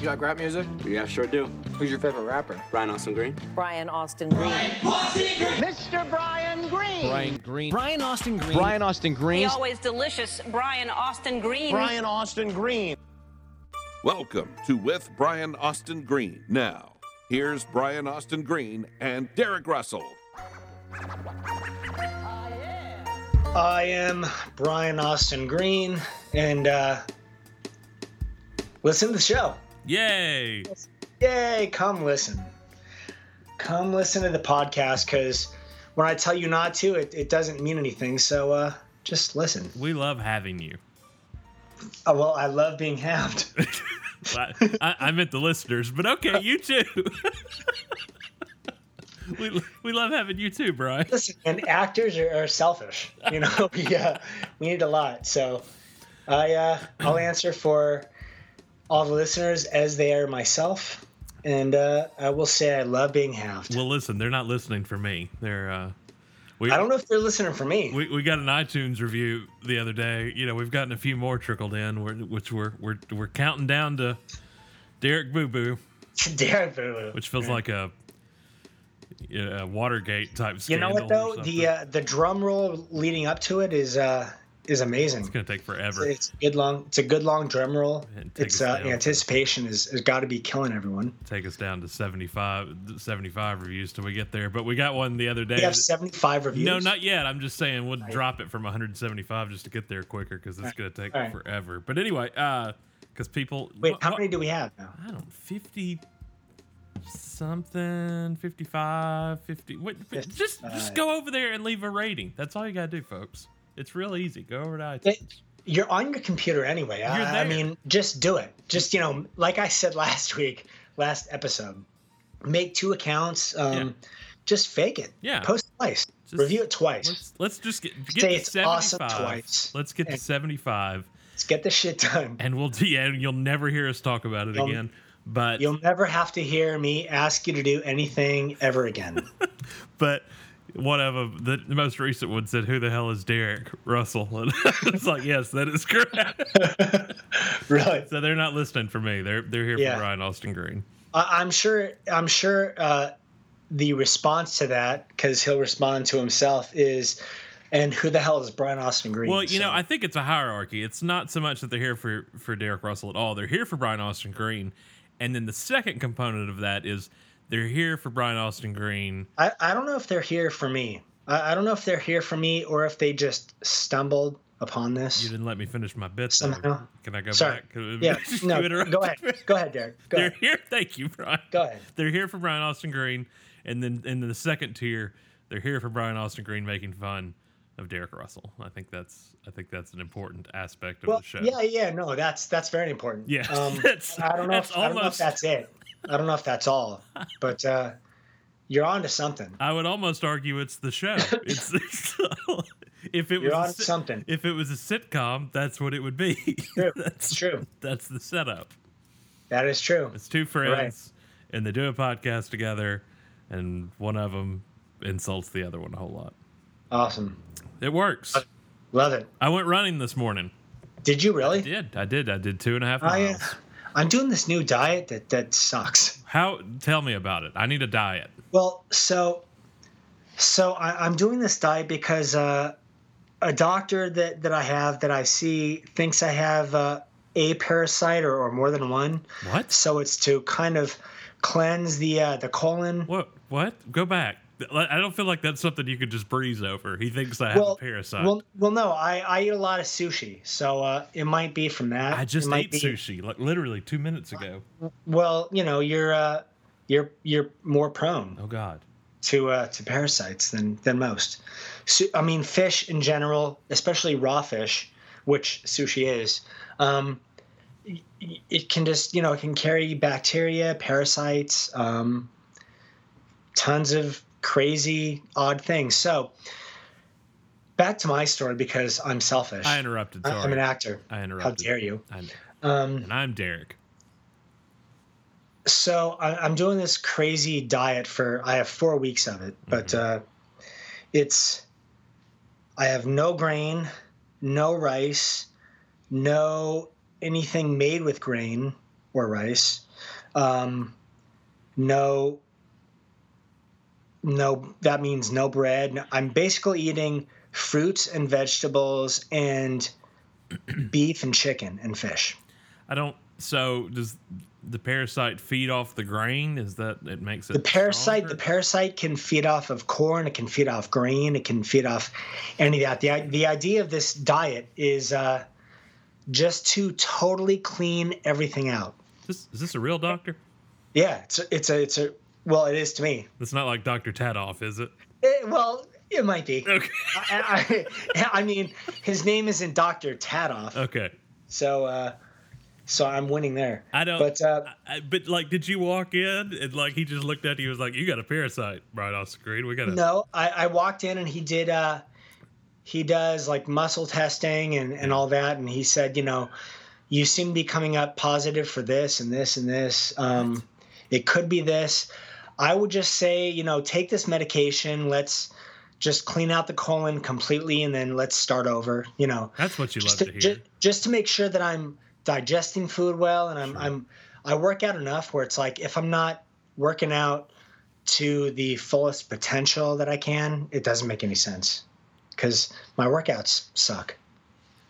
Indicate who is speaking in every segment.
Speaker 1: You like rap music?
Speaker 2: Yeah, sure do.
Speaker 1: Who's your favorite rapper?
Speaker 2: Brian Austin Green.
Speaker 3: Brian Austin Green.
Speaker 4: Mr. Brian Green.
Speaker 5: Brian Green.
Speaker 6: Brian Austin Green.
Speaker 5: Brian Austin
Speaker 7: The
Speaker 5: Green.
Speaker 7: always delicious Brian Austin Green.
Speaker 4: Brian Austin Green.
Speaker 8: Welcome to With Brian Austin Green. Now, here's Brian Austin Green and Derek Russell.
Speaker 9: I am Brian Austin Green, and uh, listen to the show.
Speaker 6: Yay.
Speaker 9: Yay, come listen. Come listen to the podcast because when I tell you not to, it, it doesn't mean anything. So uh, just listen.
Speaker 6: We love having you.
Speaker 9: Oh, well, I love being halved.
Speaker 6: I, I, I meant the listeners, but okay, you too. we, we love having you too, Brian.
Speaker 9: listen, and actors are, are selfish. You know, we, uh, we need a lot. So I, uh, I'll answer for all the listeners as they are myself. And uh, I will say I love being halved.
Speaker 6: Well, listen, they're not listening for me. They're uh, we
Speaker 9: I don't know if they're listening for me.
Speaker 6: we, we got an iTunes review the other day. You know, we've gotten a few more trickled in, we're- which we're we're we're counting down to Derek Boo Boo,
Speaker 9: Derek Boo.
Speaker 6: which feels like a, yeah, a Watergate type
Speaker 9: You
Speaker 6: scandal.
Speaker 9: know what though?
Speaker 6: or
Speaker 9: The
Speaker 6: something.
Speaker 9: uh, the drum roll leading up to it is uh, is amazing.
Speaker 6: it's gonna take forever.
Speaker 9: It's a good long. It's a good long drum roll.
Speaker 6: And take us
Speaker 9: It's uh,
Speaker 6: down.
Speaker 9: anticipation is has got to be killing everyone.
Speaker 6: take us down to 75, 75 reviews till we get there. But we got one the other day.
Speaker 9: We have
Speaker 6: that-
Speaker 9: seventy five reviews.
Speaker 6: No, not yet. I'm just saying we'll drop it from 175 just to get there quicker because it's going to take
Speaker 9: All right.
Speaker 6: forever. But anyway, because people.
Speaker 9: Wait,
Speaker 6: what-
Speaker 9: how
Speaker 6: what-
Speaker 9: many do we have now?
Speaker 6: I don't 50 something, 55, 50. What, what- just, just go over there and leave a rating. That's all you got to do, folks. It's real easy. Go over to iTunes.
Speaker 9: It, you're on your computer anyway.
Speaker 6: You're
Speaker 9: I,
Speaker 6: there.
Speaker 9: I mean, just do it. Just you know, like I said last week, last episode, make two accounts. Um,
Speaker 6: Yeah.
Speaker 9: Just fake it.
Speaker 6: Yeah.
Speaker 9: Post twice.
Speaker 6: Just-
Speaker 9: Review it twice. Let's,
Speaker 6: Let's, let's just get, get
Speaker 9: Say
Speaker 6: to
Speaker 9: it's awesome
Speaker 6: 75.
Speaker 9: twice.
Speaker 6: Let's get to
Speaker 9: And-
Speaker 6: 75.
Speaker 9: get this shit done.
Speaker 6: and we'll do yeah, and you'll never hear us talk about it
Speaker 9: You'll-
Speaker 6: again but
Speaker 9: You'll never have to hear me ask you to do anything ever again.
Speaker 6: but one of them the, the most recent one said who the hell is derek russell and it's like yes that is correct
Speaker 9: really?
Speaker 6: so they're not listening for me they're they're here
Speaker 9: Yeah.
Speaker 6: for ryan austin green
Speaker 9: I, I'm sure. I'm sure uh, the response to that, because he'll respond to himself, is, "And who the hell is Brian Austin Green?"
Speaker 6: well you know
Speaker 9: So-
Speaker 6: i think it's a hierarchy it's not so much that they're here for for derek russell at all they're here for brian austin green and then the second component of that is they're here for brian austin green
Speaker 9: I, I don't know if they're here for me. I, I don't know if they're here for me or if they just stumbled upon
Speaker 6: you
Speaker 9: this.
Speaker 6: didn't let me finish my bit there.
Speaker 9: Somehow.
Speaker 6: can i go
Speaker 9: Sorry.
Speaker 6: back Can-
Speaker 9: Yeah.
Speaker 6: you
Speaker 9: No.
Speaker 6: interrupted
Speaker 9: Go ahead.
Speaker 6: me?
Speaker 9: Go ahead, Derek. Go
Speaker 6: they're
Speaker 9: ahead.
Speaker 6: here. Thank you, Brian.
Speaker 9: Go ahead.
Speaker 6: They're here for Brian Austin Green, and then and then the second tier, they're here for Brian Austin Green making fun of Derek Russell. I think that's I think that's an important aspect of
Speaker 9: Well,
Speaker 6: the show.
Speaker 9: yeah, yeah, no, that's that's very important.
Speaker 6: Yeah,
Speaker 9: Um,
Speaker 6: that's-
Speaker 9: I don't know.
Speaker 6: that's
Speaker 9: If, I don't know if
Speaker 6: almost-
Speaker 9: that's it. I don't know if that's all, but uh, you're on to something.
Speaker 6: I would almost argue it's the show. It's, it's- if it
Speaker 9: You're
Speaker 6: was a
Speaker 9: on
Speaker 6: sit-
Speaker 9: something.
Speaker 6: If it was a sitcom, that's what it would be.
Speaker 9: True. It's
Speaker 6: that's
Speaker 9: true.
Speaker 6: That's the setup.
Speaker 9: That is true.
Speaker 6: It's two friends, and they do a podcast together, and one of them insults the other one a whole lot.
Speaker 9: Awesome.
Speaker 6: It works.
Speaker 9: Uh, Love it.
Speaker 6: I went running this morning.
Speaker 9: Did you really?
Speaker 6: did. I did. I did two and a half
Speaker 9: I,
Speaker 6: miles.
Speaker 9: uh, I'm doing this new diet that that sucks.
Speaker 6: How? Tell me about it. I need a diet.
Speaker 9: Well, so so I, I'm doing this diet because uh, a doctor that, that I have that I see thinks I have uh, a parasite or, or more than one.
Speaker 6: What?
Speaker 9: So it's to kind of cleanse the uh, the colon.
Speaker 6: What? What? Go back. I don't feel like that's something you could just breeze over. He thinks I have a parasite.
Speaker 9: Well, well, no, I, I eat a lot of sushi, so uh, it might be from that.
Speaker 6: I just
Speaker 9: It might
Speaker 6: ate
Speaker 9: be-
Speaker 6: sushi like literally two minutes ago.
Speaker 9: Well, you know, you're uh, you're you're more prone.
Speaker 6: Oh God.
Speaker 9: to uh, to parasites than than most. Su- I mean, fish in general, especially raw fish, which sushi is, um, y- y- it can just you know it can carry bacteria, parasites, um, tons of crazy odd things. So back to my story because I'm selfish.
Speaker 6: I interrupted. Sorry.
Speaker 9: I- I'm an actor.
Speaker 6: I interrupted.
Speaker 9: How dare you?
Speaker 6: I'm,
Speaker 9: Um,
Speaker 6: and I'm Derek.
Speaker 9: so I, I'm doing this crazy diet for I have four weeks of it, but uh, it's I have no grain, no rice, no anything made with grain, or rice. Um, no, no, that means no bread. I'm basically eating fruits and vegetables and beef and chicken and fish.
Speaker 6: I don't. So does the parasite feed off the grain? Is that it makes it
Speaker 9: The parasite, the
Speaker 6: stronger?
Speaker 9: parasite can feed off of corn. It can feed off grain. It can feed off any of that. the i- The idea of this diet is uh, just to totally clean everything out.
Speaker 6: This, is this a real doctor?
Speaker 9: Yeah, it's a, it's a it's a well, it is to me.
Speaker 6: It's not like Doctor Tadoff, is it?
Speaker 9: Eh, well, it might be.
Speaker 6: Okay.
Speaker 9: I, I, I mean, his name isn't Doctor Tadoff,
Speaker 6: Okay.
Speaker 9: so uh, so I'm winning there.
Speaker 6: I don't.
Speaker 9: But uh,
Speaker 6: I, I- but like, did you walk in and like he just looked at you? and Was like, you got a parasite right off screen. We got to.
Speaker 9: no, I, I walked in and he did. Uh, he does like muscle testing and and all that, and he said, you know, you seem to be coming up positive for this and this and this. Um, it could be this. I would just say, you know, take this medication. Let's just clean out the colon completely, and then let's start over. You know,
Speaker 6: That's what you love
Speaker 9: just
Speaker 6: to
Speaker 9: to,
Speaker 6: hear.
Speaker 9: ju- just to make sure that I'm digesting food well and I'm I'm I work out enough where it's like if I'm not working out to the fullest potential that I can, it doesn't make any sense because my workouts suck.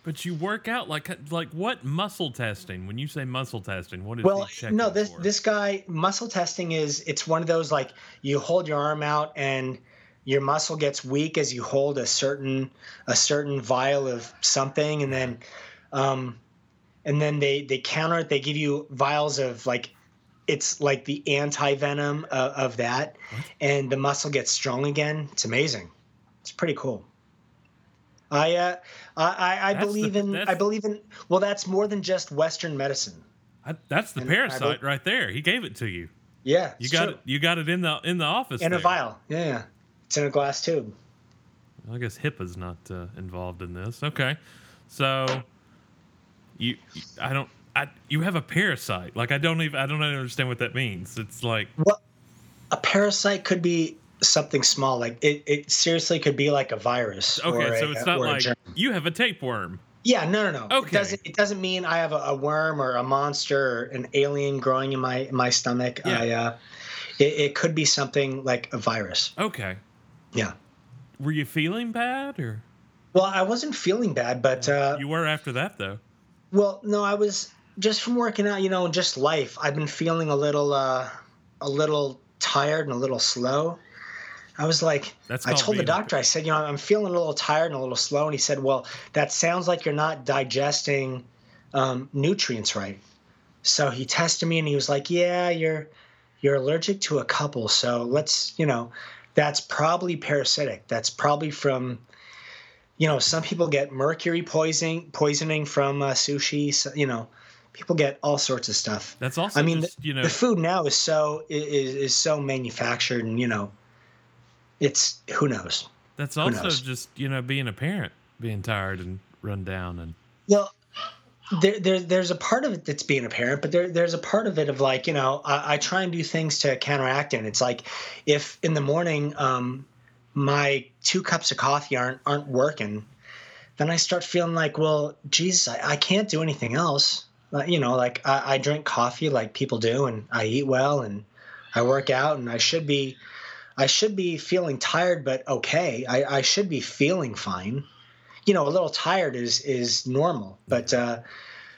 Speaker 6: But you work out like like what muscle testing? When you say muscle testing, what is
Speaker 9: Well,
Speaker 6: he checking
Speaker 9: no, this
Speaker 6: for?
Speaker 9: this guy muscle testing is it's one of those like you hold your arm out and your muscle gets weak as you hold a certain a certain vial of something, and then um, and then they they counter it. They give you vials of like it's like the anti venom of, of that, and the muscle gets strong again. It's amazing. It's pretty cool. I uh, I- I, I
Speaker 6: That's the-
Speaker 9: believe in I
Speaker 6: that's-
Speaker 9: believe in well that's more than just Western medicine.
Speaker 6: I- that's the
Speaker 9: and I will-
Speaker 6: parasite right there. He gave it to you.
Speaker 9: Yeah,
Speaker 6: You
Speaker 9: it's
Speaker 6: got
Speaker 9: true.
Speaker 6: it. You got it in the in the office.
Speaker 9: in a
Speaker 6: there.
Speaker 9: vial. Yeah, yeah. it's in a glass tube.
Speaker 6: I guess HIPAA's not uh, involved in this. Okay, so you, I don't, I, you have a parasite. Like I don't even, I don't understand what that means. It's like
Speaker 9: What a parasite could be something small. Like it, it seriously could be like a virus.
Speaker 6: okay,
Speaker 9: or
Speaker 6: so
Speaker 9: a-
Speaker 6: it's not
Speaker 9: or a
Speaker 6: like
Speaker 9: germ.
Speaker 6: you have a tapeworm.
Speaker 9: yeah, no, no, no.
Speaker 6: Okay.
Speaker 9: It doesn't, it doesn't mean I have a, a worm or a monster or an alien growing in my my stomach.
Speaker 6: Yeah.
Speaker 9: I, uh, it, it could be something like a virus.
Speaker 6: Okay,
Speaker 9: Yeah.
Speaker 6: were you feeling bad or
Speaker 9: Well, I wasn't feeling bad, but uh,
Speaker 6: you were after that though?
Speaker 9: Well, no, I was just from working out, you know, and just life. I've been feeling a little, uh, a little tired and a little slow. I was like,
Speaker 6: That's
Speaker 9: I
Speaker 6: called
Speaker 9: told the
Speaker 6: being a-
Speaker 9: doctor, I said, you know, I'm feeling a little tired and a little slow, and he said, well, that sounds like you're not digesting um, nutrients right. So he tested me, and he was like, yeah, you're you're allergic to a couple, so let's, you know, that's probably parasitic. That's probably from you know, some people get mercury poisoning poisoning from uh, sushi. So, you know, people get all sorts of stuff.
Speaker 6: That's also
Speaker 9: I mean,
Speaker 6: just,
Speaker 9: the,
Speaker 6: you know
Speaker 9: the food now is so i- is is so manufactured, and you know, it's who knows.
Speaker 6: that's also
Speaker 9: knows?
Speaker 6: just you know being a parent, being tired and run down and
Speaker 9: Well, there, there there's a part of it that's being a parent, but there there's a part of it of like you know I, I try and do things to counteract it. And it's like if in the morning um, my two cups of coffee aren't aren't working, then I start feeling like well, geez, I, I can't do anything else. Uh, you know, like I, I drink coffee like people do, and I eat well, and I work out, and I should be. I should be feeling tired, but okay. I, I should be feeling fine you know a little tired is is normal but uh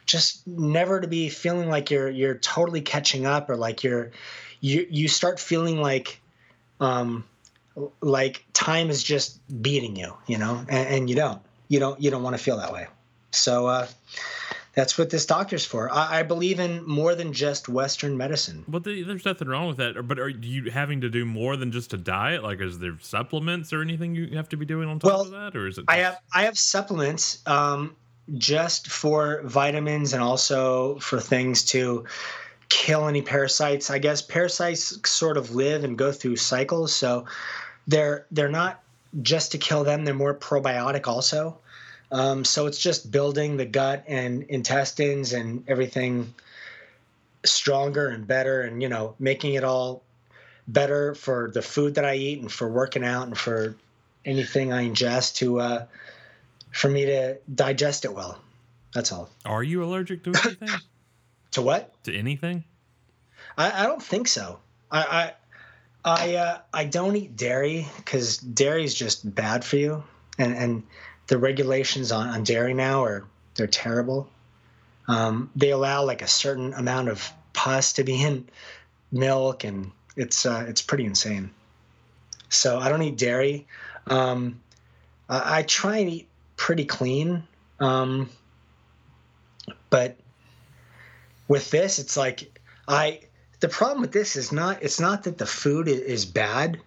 Speaker 9: just never to be feeling like you're you're totally catching up or like you're you you start feeling like um like time is just beating you you know and, and you don't you don't you don't want to feel that way so uh that's what this doctor's for I, I believe in more than just western medicine
Speaker 6: Well, the, there's nothing wrong with that. But are you having to do more than just a diet? Like, is there supplements or anything you have to be doing on top
Speaker 9: Well,
Speaker 6: of that, or is it?
Speaker 9: I
Speaker 6: just-
Speaker 9: have I have supplements um, just for vitamins and also for things to kill any parasites. I guess parasites sort of live and go through cycles, so they're they're not just to kill them. They're more probiotic also. Um, so it's just building the gut and intestines and everything stronger and better, and you know making it all better for the food that I eat and for working out and for anything I ingest to uh, for me to digest it well. That's all.
Speaker 6: Are you allergic to anything?
Speaker 9: To what?
Speaker 6: to anything?
Speaker 9: I, I don't think so. I I I, uh, I don't eat dairy because dairy is just bad for you, and and the regulations on, on dairy now are they're terrible. Um, they allow like a certain amount of pus to be in milk, and it's uh, it's pretty insane. So I don't eat dairy. Um, I, I try and eat pretty clean, um, but with this, it's like I the problem with this is not it's not that the food i- is bad.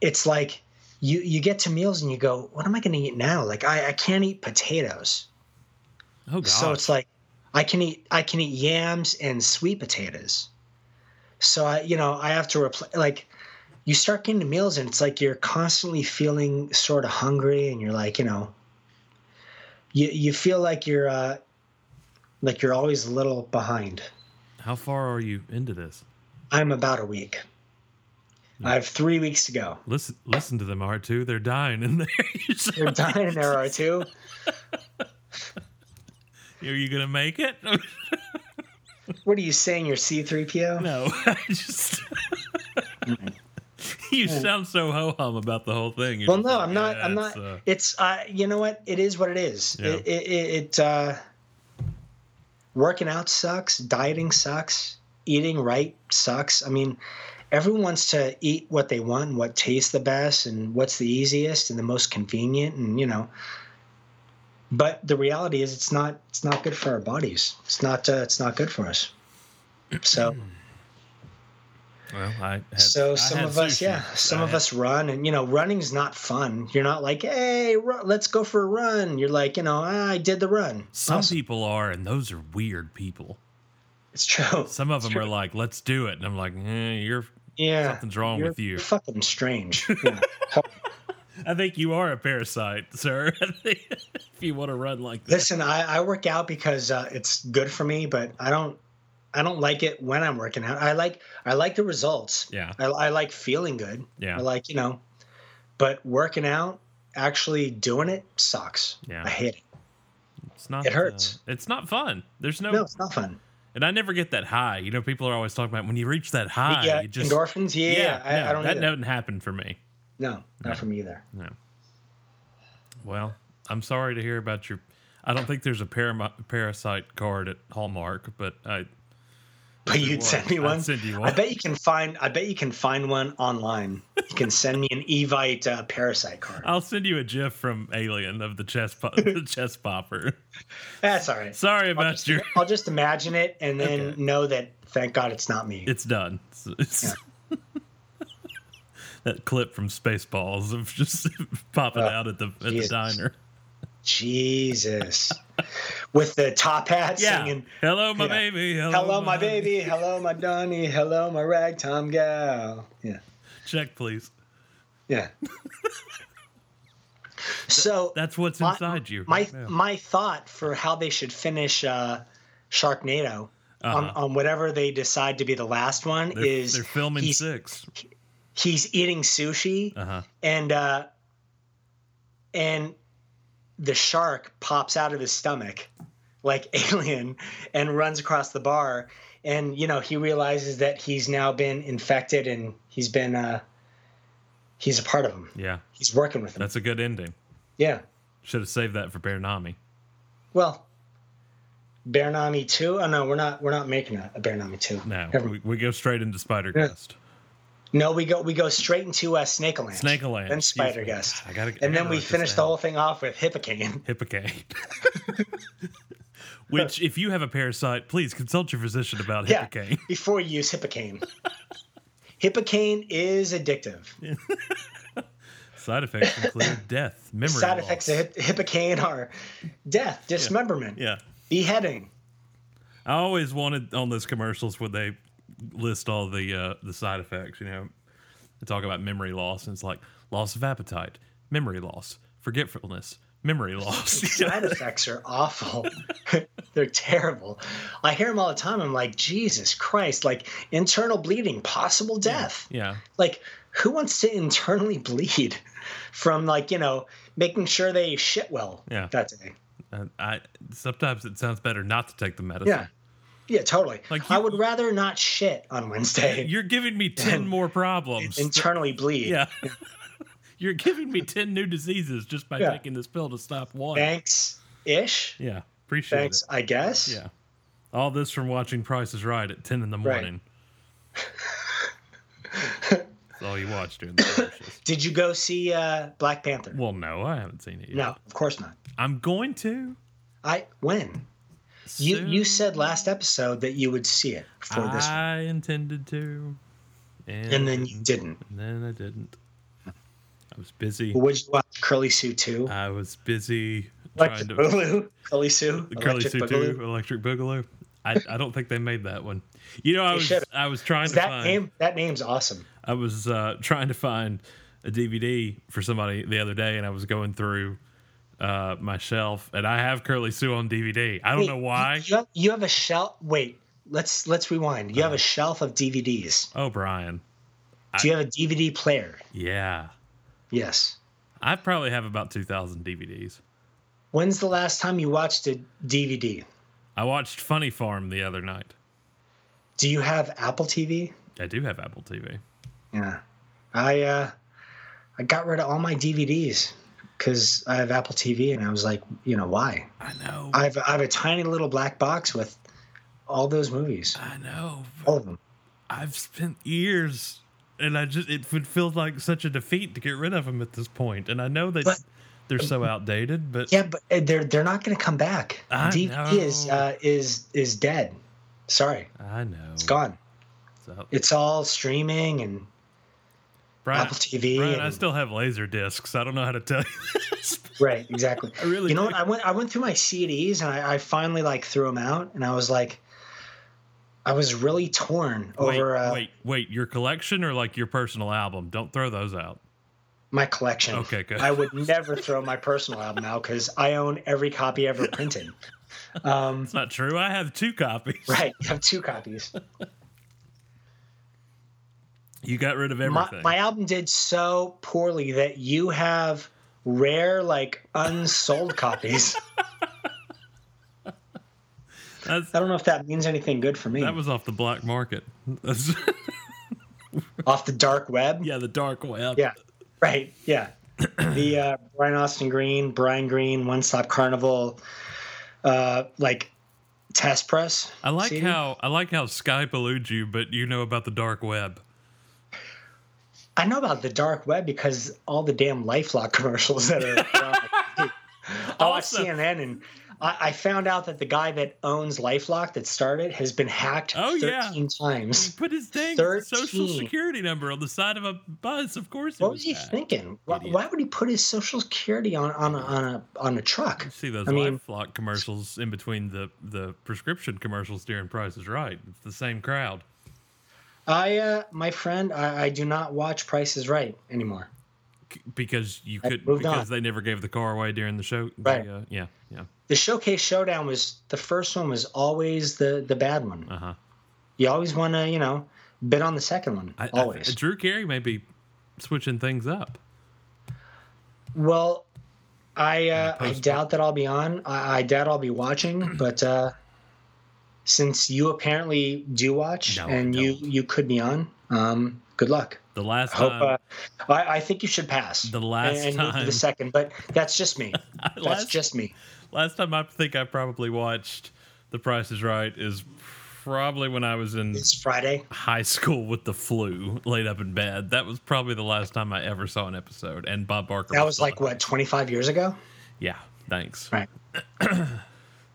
Speaker 9: It's like you you get to meals and you go, what am I going to eat now? Like I, I can't eat potatoes,
Speaker 6: Oh god.
Speaker 9: so it's like I can eat I can eat yams and sweet potatoes. So I you know I have to replace like you start getting to meals and it's like you're constantly feeling sort of hungry and you're like you know you you feel like you're uh like you're always a little behind.
Speaker 6: How far are you into this?
Speaker 9: I'm about a week. I have three weeks to go.
Speaker 6: Listen, listen to them, R two. They're dying in there. You're so-
Speaker 9: They're dying there are two.
Speaker 6: Are you gonna make it?
Speaker 9: What are you saying? You're C3PO?
Speaker 6: no, I just. you sound so ho hum about the whole thing. You're
Speaker 9: Well,
Speaker 6: just
Speaker 9: no,
Speaker 6: like,
Speaker 9: I'm not.
Speaker 6: "Yeah,
Speaker 9: I'm
Speaker 6: it's,
Speaker 9: not.
Speaker 6: uh,
Speaker 9: It's uh, you know what? It is what it is.
Speaker 6: Yeah.
Speaker 9: It, it, it, it uh, working out sucks. Dieting sucks. Eating right sucks. I mean, everyone wants to eat what they want, and what tastes the best, and what's the easiest and the most convenient, and you know. But the reality is, it's not. It's not good for our bodies. It's not. Uh, it's not good for us. So.
Speaker 6: well, I had,
Speaker 9: so
Speaker 6: I
Speaker 9: some
Speaker 6: had
Speaker 9: of us
Speaker 6: sushi.
Speaker 9: yeah some
Speaker 6: I
Speaker 9: of
Speaker 6: had-
Speaker 9: us run and you know running's not fun you're not like hey ru let's go for a run you're like you know "Ah, i did the run
Speaker 6: Some
Speaker 9: Awesome.
Speaker 6: people are, and those are weird people.
Speaker 9: it's true
Speaker 6: Some of them are like, "Let's do it," and I'm like, eh, "You're."
Speaker 9: yeah
Speaker 6: something's wrong
Speaker 9: You're-
Speaker 6: with you.
Speaker 9: you're fucking strange yeah.
Speaker 6: I think you are a parasite, sir. I think- if you want to run like that,
Speaker 9: listen I, I work out because uh, it's good for me but i don't i don't like it when i'm working out i like i like the results
Speaker 6: yeah,
Speaker 9: i, I like feeling good
Speaker 6: yeah,
Speaker 9: I like you know but working out actually doing it sucks
Speaker 6: Yeah.
Speaker 9: i hate it
Speaker 6: it's not.
Speaker 9: it hurts.
Speaker 6: uh, it's not fun. There's no,
Speaker 9: no it's not fun
Speaker 6: and I never get that high. You know, people are always talking about when you reach that high,
Speaker 9: yeah
Speaker 6: you just
Speaker 9: endorphins yeah, I,
Speaker 6: no,
Speaker 9: I don't
Speaker 6: that
Speaker 9: either.
Speaker 6: doesn't happen for me.
Speaker 9: No, not from either.
Speaker 6: No. Well, I'm sorry to hear about your. I don't think there's a paramo- parasite card at Hallmark, but I
Speaker 9: But you'd send me
Speaker 6: I'd
Speaker 9: one.
Speaker 6: send you
Speaker 9: I
Speaker 6: one.
Speaker 9: bet you can find. I bet you can find one online. You can send me an Evite uh, parasite card.
Speaker 6: I'll send you a GIF from Alien of the chest po- the chest popper.
Speaker 9: That's all right.
Speaker 6: Sorry
Speaker 9: I'll
Speaker 6: about
Speaker 9: just,
Speaker 6: your.
Speaker 9: I'll just imagine it and then
Speaker 6: Okay.
Speaker 9: know that. Thank God it's not me.
Speaker 6: It's done. It's- it's- that clip from Spaceballs of just popping
Speaker 9: Oh,
Speaker 6: out at the at the
Speaker 9: Jesus.
Speaker 6: diner.
Speaker 9: Jesus, with the top hat
Speaker 6: Yeah.
Speaker 9: singing.
Speaker 6: Hello, my
Speaker 9: Yeah.
Speaker 6: baby. Hello,
Speaker 9: Hello, my baby. Hello, my Donnie. Hello, my ragtime gal. Yeah,
Speaker 6: Check, please.
Speaker 9: yeah. so
Speaker 6: That's what's
Speaker 9: my-
Speaker 6: inside you.
Speaker 9: My
Speaker 6: right now.
Speaker 9: my thought for how they should finish uh, Sharknado on,
Speaker 6: Uh-huh.
Speaker 9: on whatever they decide to be the last one
Speaker 6: They're,
Speaker 9: is
Speaker 6: they're filming
Speaker 9: he's,
Speaker 6: six.
Speaker 9: he's eating sushi
Speaker 6: Uh huh.
Speaker 9: and uh, and the shark pops out of his stomach like alien and runs across the bar and you know he realizes that he's now been infected and he's been uh, he's a part of him
Speaker 6: Yeah,
Speaker 9: he's working with him
Speaker 6: that's a good ending.
Speaker 9: yeah
Speaker 6: Should have saved that for Baranami.
Speaker 9: Well, Bearnami two. Oh no, we're not. We're not making a, a Bearnami two.
Speaker 6: No,
Speaker 9: Never-
Speaker 6: we, we go straight into Spider Guest.
Speaker 9: no, we go. We go straight into uh, Snake Land.
Speaker 6: Snake Land.
Speaker 9: Then Spider Guest.
Speaker 6: I gotta,
Speaker 9: And
Speaker 6: I
Speaker 9: then
Speaker 6: gotta
Speaker 9: we
Speaker 6: write this
Speaker 9: finish the
Speaker 6: down.
Speaker 9: whole thing off with Hippocane.
Speaker 6: Hippocane. Which, if you have a parasite, please consult your physician about
Speaker 9: Yeah.
Speaker 6: Hippocane.
Speaker 9: Before you use Hippocane. Hippocane is addictive.
Speaker 6: Side effects include death, memory
Speaker 9: Side
Speaker 6: loss.
Speaker 9: effects of hip- Hippocane are death, dismemberment,
Speaker 6: Yeah,
Speaker 9: beheading.
Speaker 6: I always wanted on those commercials when they list all the uh, the side effects. You know, they talk about memory loss, and it's like loss of appetite, memory loss, forgetfulness, memory loss.
Speaker 9: Side effects are awful. They're terrible. I hear them all the time. I'm like, Jesus Christ! Like internal bleeding, possible death.
Speaker 6: yeah.
Speaker 9: like who wants to internally bleed from like you know making sure they shit well
Speaker 6: Yeah.
Speaker 9: that day
Speaker 6: And I sometimes it sounds better not to take the medicine.
Speaker 9: yeah Yeah, totally.
Speaker 6: Like
Speaker 9: I
Speaker 6: you-
Speaker 9: would rather not shit on Wednesday.
Speaker 6: You're giving me 10 more problems.
Speaker 9: Internally bleed.
Speaker 6: yeah. You're giving me 10 new diseases just by
Speaker 9: Yeah.
Speaker 6: taking this pill to stop one.
Speaker 9: Thanks ish.
Speaker 6: Yeah. Appreciate
Speaker 9: Thanks, I guess.
Speaker 6: it. Yeah. All this from watching Price is Right at 10 in the
Speaker 9: Right.
Speaker 6: morning. That's all you watch during the commercials.
Speaker 9: Did you go see uh, Black Panther?
Speaker 6: Well, no, I haven't seen it yet.
Speaker 9: no, of course not.
Speaker 6: I'm going to.
Speaker 9: I when you
Speaker 6: soon.
Speaker 9: you said last episode that you would see it for this, one,
Speaker 6: I intended to. And,
Speaker 9: and then you didn't.
Speaker 6: and then I didn't. I was busy.
Speaker 9: Would you watch Curly Sue too?
Speaker 6: I was busy trying
Speaker 9: Electric
Speaker 6: to
Speaker 9: Boogaloo, Curly Sue,
Speaker 6: Curly
Speaker 9: Electric
Speaker 6: Sue
Speaker 9: Boogaloo.
Speaker 6: Two, Electric Boogaloo. I, I don't think they made that one. You know, I was
Speaker 9: should've.
Speaker 6: I was trying to
Speaker 9: That
Speaker 6: find
Speaker 9: name, that name's awesome.
Speaker 6: I was uh, trying to find a DVD for somebody the other day, and I was going through uh, my shelf, and I have Curly Sue on DVD. I don't
Speaker 9: Wait,
Speaker 6: know
Speaker 9: you-
Speaker 6: why.
Speaker 9: You have, you have a shelf. Wait, let's let's rewind. You have
Speaker 6: Uh-huh.
Speaker 9: a shelf of DVDs.
Speaker 6: Oh, Brian.
Speaker 9: Do you have a DVD player?
Speaker 6: Yeah,
Speaker 9: Yes.
Speaker 6: I probably have about two thousand DVDs.
Speaker 9: When's the last time you watched a DVD?
Speaker 6: I watched Funny Farm the other night.
Speaker 9: Do you have Apple TV?
Speaker 6: I do have Apple TV.
Speaker 9: Yeah. I uh I got rid of all my DVDs cuz I have Apple TV and I was like, you know, why?
Speaker 6: I know.
Speaker 9: I have I have a tiny little black box with all those movies.
Speaker 6: I know.
Speaker 9: All of them.
Speaker 6: I've spent years, and I just it would feel like such a defeat to get rid of them at this point. And I know that
Speaker 9: But-
Speaker 6: they're so outdated, but
Speaker 9: Yeah, but uh, they're they're not going to come back.
Speaker 6: I
Speaker 9: DVD is
Speaker 6: know.
Speaker 9: uh is is dead. Sorry.
Speaker 6: I know
Speaker 9: It's gone.
Speaker 6: So,
Speaker 9: It's all streaming and
Speaker 6: Brian,
Speaker 9: Apple TV
Speaker 6: Brian, I
Speaker 9: and-
Speaker 6: still have laser discs. I don't know how to tell you this.
Speaker 9: right, exactly.
Speaker 6: I really
Speaker 9: you know
Speaker 6: do.
Speaker 9: what? I went I went through my CDs and I, I finally like threw them out and I was like I was really torn
Speaker 6: Wait,
Speaker 9: over uh,
Speaker 6: wait, wait! Your collection or like your personal album? Don't throw those out.
Speaker 9: my collection.
Speaker 6: Okay, good.
Speaker 9: I would never throw my personal album out because I own every copy ever printed. Um,
Speaker 6: It's not true. I have two copies.
Speaker 9: right, I have two copies.
Speaker 6: You got rid of
Speaker 9: My,
Speaker 6: everything.
Speaker 9: my album did so poorly that you have rare, like unsold copies.
Speaker 6: That's,
Speaker 9: I don't know if that means anything good for me.
Speaker 6: that was off the black market. That's-
Speaker 9: Off the dark web.
Speaker 6: yeah, the dark web.
Speaker 9: Yeah. Right. Yeah. the uh, Brian Austin Green, Brian Green, One Stop Carnival, uh, like test press.
Speaker 6: I like
Speaker 9: CD.
Speaker 6: how I like how Skype eludes you, but you know about the dark web.
Speaker 9: I know about the dark web because all the damn LifeLock commercials that are. Oh, I watch
Speaker 6: Also-
Speaker 9: CNN and I, I found out that the guy that owns LifeLock that started has been hacked
Speaker 6: Oh, yeah.
Speaker 9: 13 times.
Speaker 6: Put his dang social
Speaker 9: 13.
Speaker 6: security number on the side of a bus. Of course, it
Speaker 9: What was he
Speaker 6: hacked.
Speaker 9: thinking? Why,
Speaker 6: Idiot.
Speaker 9: why would he put his social security on on a, on a on a truck?
Speaker 6: See those
Speaker 9: I mean-
Speaker 6: LifeLock commercials in between the the prescription commercials during Price is Right. It's the same crowd.
Speaker 9: I uh, my friend, I, I do not watch Price is Right anymore.
Speaker 6: C- Because you
Speaker 9: Right,
Speaker 6: could
Speaker 9: moved
Speaker 6: because
Speaker 9: on.
Speaker 6: they never gave the car away during the show. the,
Speaker 9: Right.
Speaker 6: uh, yeah. Yeah.
Speaker 9: The Showcase Showdown was the first one was always the the bad one.
Speaker 6: Uh huh.
Speaker 9: You always want to you know bid on the second one. always.
Speaker 6: uh, Drew Carey may be switching things up.
Speaker 9: Well, I uh, I
Speaker 6: post-
Speaker 9: doubt that I'll be on. I, I doubt I'll be watching, but uh, since you apparently do watch
Speaker 6: No, I
Speaker 9: and you
Speaker 6: don't.
Speaker 9: you could be on, um, good luck.
Speaker 6: The last
Speaker 9: I hope.
Speaker 6: time.
Speaker 9: uh, I, I think you should pass
Speaker 6: The last
Speaker 9: and, and move to
Speaker 6: time-
Speaker 9: the second, but that's just me. that's
Speaker 6: Last-
Speaker 9: just me.
Speaker 6: Last time I think I probably watched The Price is Right is probably when I was in
Speaker 9: It's Friday.
Speaker 6: high school with the flu, laid up in bed. That was probably the last time I ever saw an episode. And Bob Barker.
Speaker 9: That was
Speaker 6: still
Speaker 9: like
Speaker 6: on.
Speaker 9: what twenty five years ago.
Speaker 6: Yeah, thanks.
Speaker 9: Right.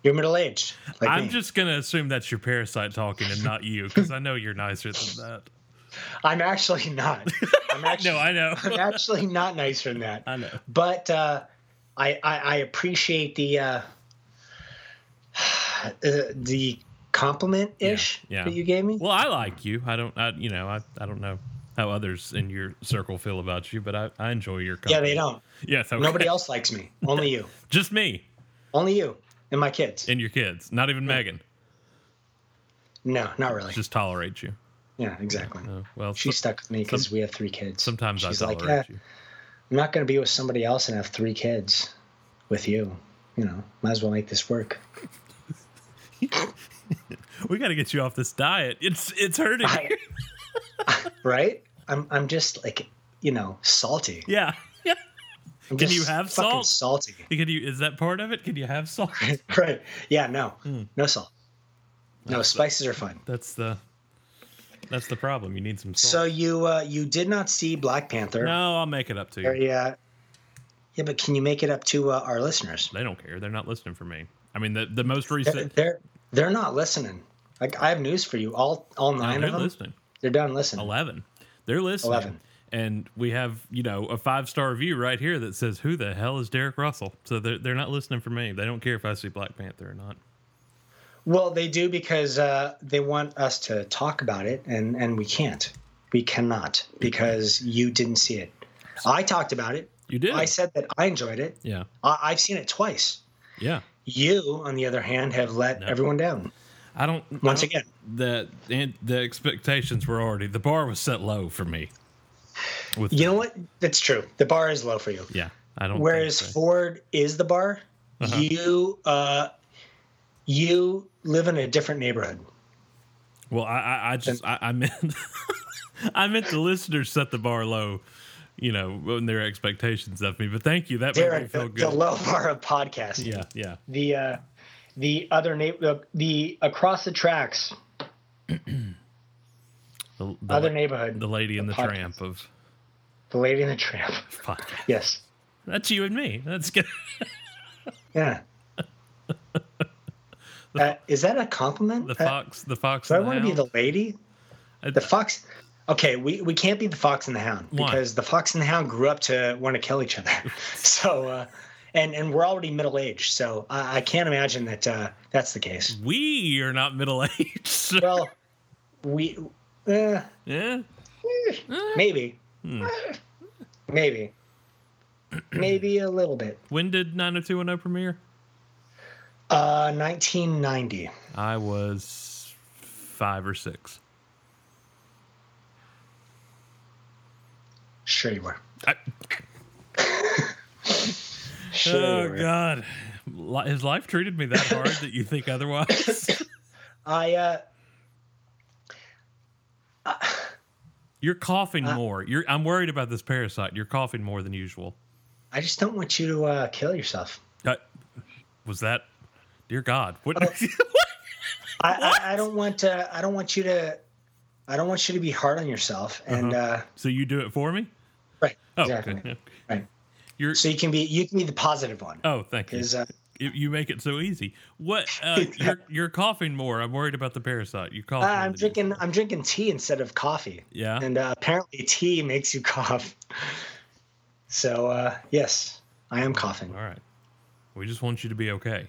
Speaker 9: You're middle aged. Like
Speaker 6: I'm
Speaker 9: me.
Speaker 6: just gonna assume that's your parasite talking and not you, because I know you're nicer than that.
Speaker 9: I'm actually not. I'm actually
Speaker 6: No, I know.
Speaker 9: I'm actually not nicer than that.
Speaker 6: I know.
Speaker 9: but uh, I, I I appreciate the uh, uh, the compliment ish
Speaker 6: Yeah, yeah.
Speaker 9: that you gave me.
Speaker 6: Well, I like you. I don't. I you know. I, I don't know how others in your circle feel about you, but I, I enjoy your. Company.
Speaker 9: yeah, they don't.
Speaker 6: Yes. Okay.
Speaker 9: Nobody else likes me. Only you.
Speaker 6: Just me
Speaker 9: Only you and my kids.
Speaker 6: and your kids. Not even Megan.
Speaker 9: No, not really.
Speaker 6: Just tolerate you.
Speaker 9: yeah, exactly.
Speaker 6: Uh, well,
Speaker 9: She's
Speaker 6: so-
Speaker 9: stuck with me because
Speaker 6: some-
Speaker 9: we have three kids.
Speaker 6: sometimes I
Speaker 9: she's
Speaker 6: tolerate
Speaker 9: like, yeah,
Speaker 6: you.
Speaker 9: I'm not going to be with somebody else and have three kids with you. You know, might as well make this work.
Speaker 6: we got to get you off this diet. It's it's hurting.
Speaker 9: I- right? I'm I'm just like you know salty.
Speaker 6: yeah. Yeah.
Speaker 9: I'm
Speaker 6: Can you
Speaker 9: just
Speaker 6: have
Speaker 9: fucking
Speaker 6: salt?
Speaker 9: Salty.
Speaker 6: Can you is that part of it? Can you have salt?
Speaker 9: right? Yeah. No. No salt. No spices are fine.
Speaker 6: Hmm. That's the that's the problem. You need some salt.
Speaker 9: So you uh, you did not see Black Panther?
Speaker 6: no, I'll make it up to you.
Speaker 9: Yeah. Yeah, but can you make it up to uh, our listeners?
Speaker 6: They don't care. They're not listening for me. I mean, the the most
Speaker 9: They're,
Speaker 6: recent.
Speaker 9: they're they're not listening. Like I have news for you. All all
Speaker 6: No,
Speaker 9: nine
Speaker 6: they're
Speaker 9: of them.
Speaker 6: listening.
Speaker 9: They're done listening.
Speaker 6: 11. They're listening.
Speaker 9: 11.
Speaker 6: And we have, you know, a five star review right here that says, Who the hell is Derek Russell? So they're, they're not listening for me. They don't care if I see Black Panther or not.
Speaker 9: Well, they do because uh, they want us to talk about it, and and we can't. We cannot because you didn't see it. I talked about it.
Speaker 6: You did.
Speaker 9: I said that I enjoyed it.
Speaker 6: yeah.
Speaker 9: I, I've seen it twice.
Speaker 6: Yeah.
Speaker 9: You, on the other hand, have let everyone down.
Speaker 6: I don't. I
Speaker 9: Once
Speaker 6: don't-
Speaker 9: again.
Speaker 6: The, and the expectations were already, the bar was set low for me. With
Speaker 9: You know what? That's true. The bar is low for you.
Speaker 6: Yeah. I don't. think
Speaker 9: Whereas
Speaker 6: so. Uh-huh.
Speaker 9: Ford is the bar, you uh, you live in a different neighborhood.
Speaker 6: Well, I, I, I just I, I meant I meant the listeners set the bar low, you know, in their expectations of me. But thank you. That made me
Speaker 9: Derek,
Speaker 6: feel
Speaker 9: the,
Speaker 6: good.
Speaker 9: the low bar of podcasting.
Speaker 6: yeah, yeah.
Speaker 9: The uh, the other name the, the across the tracks
Speaker 6: The, the,
Speaker 9: other neighborhood.
Speaker 6: the lady in the
Speaker 9: podcast.
Speaker 6: tramp of
Speaker 9: The lady and the tramp.
Speaker 6: podcast.
Speaker 9: Yes.
Speaker 6: That's you and me. That's good.
Speaker 9: Yeah. Uh, is that a compliment?
Speaker 6: The
Speaker 9: Uh,
Speaker 6: fox, the fox.
Speaker 9: do I
Speaker 6: and
Speaker 9: want to be the
Speaker 6: hound.
Speaker 9: lady?
Speaker 6: I-
Speaker 9: The fox. Okay, we, we can't be the fox and the hound
Speaker 6: Why?
Speaker 9: because the fox and the hound grew up to want to kill each other. so, uh, and and we're already middle aged, so I, I can't imagine that uh, that's the case.
Speaker 6: we are not middle aged. so-
Speaker 9: Well, we uh,
Speaker 6: yeah, Uh.
Speaker 9: maybe,
Speaker 6: Hmm.
Speaker 9: maybe, maybe a little bit.
Speaker 6: when did 90210 premiere?
Speaker 9: Uh, 1990.
Speaker 6: I was five or six.
Speaker 9: Sure you were.
Speaker 6: I,
Speaker 9: Sure you
Speaker 6: oh
Speaker 9: were.
Speaker 6: God, Li- has life treated me that hard that you think otherwise?
Speaker 9: I uh,
Speaker 6: You're coughing
Speaker 9: Uh,
Speaker 6: more. You're. I'm worried about this parasite. You're coughing more than usual.
Speaker 9: I just don't want you to uh, kill yourself.
Speaker 6: Uh, was that? Dear God, what?
Speaker 9: Oh. I, I, I don't want to. I don't want you to. I don't want you to be hard on yourself. And uh
Speaker 6: so you do it for me?
Speaker 9: right,
Speaker 6: Mm-hmm. Oh,
Speaker 9: exactly.
Speaker 6: okay.
Speaker 9: Right.
Speaker 6: You're.
Speaker 9: So you can be you can be the positive one.
Speaker 6: Oh, thank you.
Speaker 9: Is uh,
Speaker 6: You- You make it so easy. What? Uh, you're, you're coughing more. I'm worried about the parasite. You cough. more
Speaker 9: Uh, I'm
Speaker 6: than
Speaker 9: drinking I'm drinking tea instead of coffee.
Speaker 6: Yeah.
Speaker 9: And uh, apparently tea makes you cough. So uh, yes, I am coughing.
Speaker 6: you- All right. We just want you to be okay.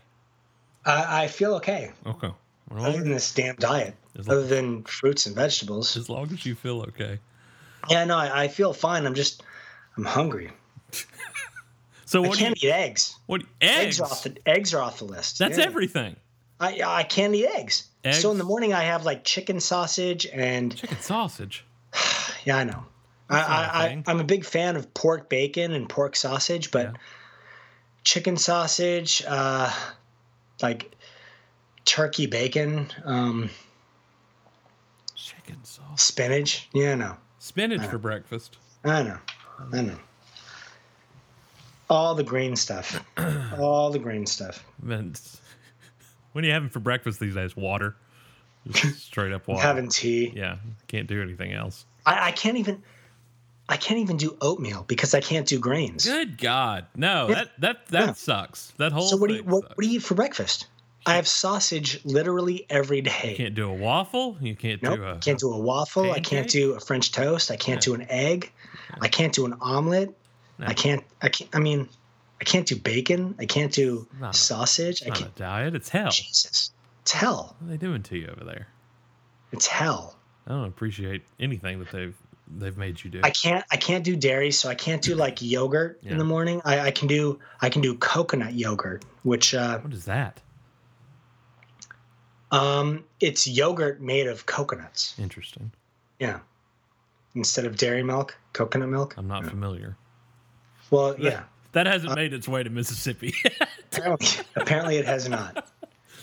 Speaker 9: I, I feel okay
Speaker 6: Okay.
Speaker 9: other
Speaker 6: Well,
Speaker 9: than this damn diet.
Speaker 6: As long-
Speaker 9: Other than fruits and vegetables.
Speaker 6: as long as you feel okay.
Speaker 9: Yeah, no, I, I feel fine. I'm just I'm hungry.
Speaker 6: So
Speaker 9: I
Speaker 6: what? do you,
Speaker 9: can't eat eggs.
Speaker 6: what? Eggs.
Speaker 9: Eggs are off the eggs are off the list.
Speaker 6: That's
Speaker 9: Yeah.
Speaker 6: everything.
Speaker 9: I I can't eat eggs.
Speaker 6: Eggs?
Speaker 9: So in the morning I have like chicken sausage and
Speaker 6: Chicken sausage.
Speaker 9: yeah I know.
Speaker 6: not a
Speaker 9: I, I, I
Speaker 6: thing.
Speaker 9: I'm a big fan of pork bacon and pork sausage, but
Speaker 6: Yeah.
Speaker 9: chicken sausage, uh, like turkey bacon, um,
Speaker 6: Chicken sausage.
Speaker 9: spinach. Yeah I know. Uh.
Speaker 6: Spinach for breakfast.
Speaker 9: I know. I know. All the green stuff. All the green stuff.
Speaker 6: Man, it's- what are you having for breakfast these days? Water. Just straight up water.
Speaker 9: Having tea.
Speaker 6: yeah. Can't do anything else.
Speaker 9: I, I can't even. I can't even do oatmeal because I can't do grains.
Speaker 6: Good God. No, that that that
Speaker 9: Yeah.
Speaker 6: sucks. That whole
Speaker 9: So what do you
Speaker 6: thing
Speaker 9: what,
Speaker 6: sucks.
Speaker 9: what do you eat for breakfast? I have sausage literally every day.
Speaker 6: can't do a waffle. You can't
Speaker 9: Nope,
Speaker 6: do a
Speaker 9: can't do a waffle. I can't
Speaker 6: pancake?
Speaker 9: do a French toast. I can't do an egg. I can't do an omelet. I can't. I can't. I mean, I can't do bacon. I can't do
Speaker 6: not a-
Speaker 9: sausage. I
Speaker 6: not a
Speaker 9: can't.
Speaker 6: diet. It's hell.
Speaker 9: Jesus, it's hell.
Speaker 6: What are they doing to you over there?
Speaker 9: It's hell.
Speaker 6: I don't appreciate anything that they've they've made you do.
Speaker 9: I can't. I can't do dairy, so I can't do like yogurt
Speaker 6: Yeah.
Speaker 9: in the morning. I, I can do. I can do coconut yogurt, which. Uh,
Speaker 6: what is that?
Speaker 9: Um, it's yogurt made of coconuts.
Speaker 6: Interesting.
Speaker 9: Yeah. Instead of dairy milk, coconut milk.
Speaker 6: I'm not familiar.
Speaker 9: Well, yeah. Uh,
Speaker 6: That hasn't made its way to Mississippi. Uh,
Speaker 9: apparently, apparently it has not.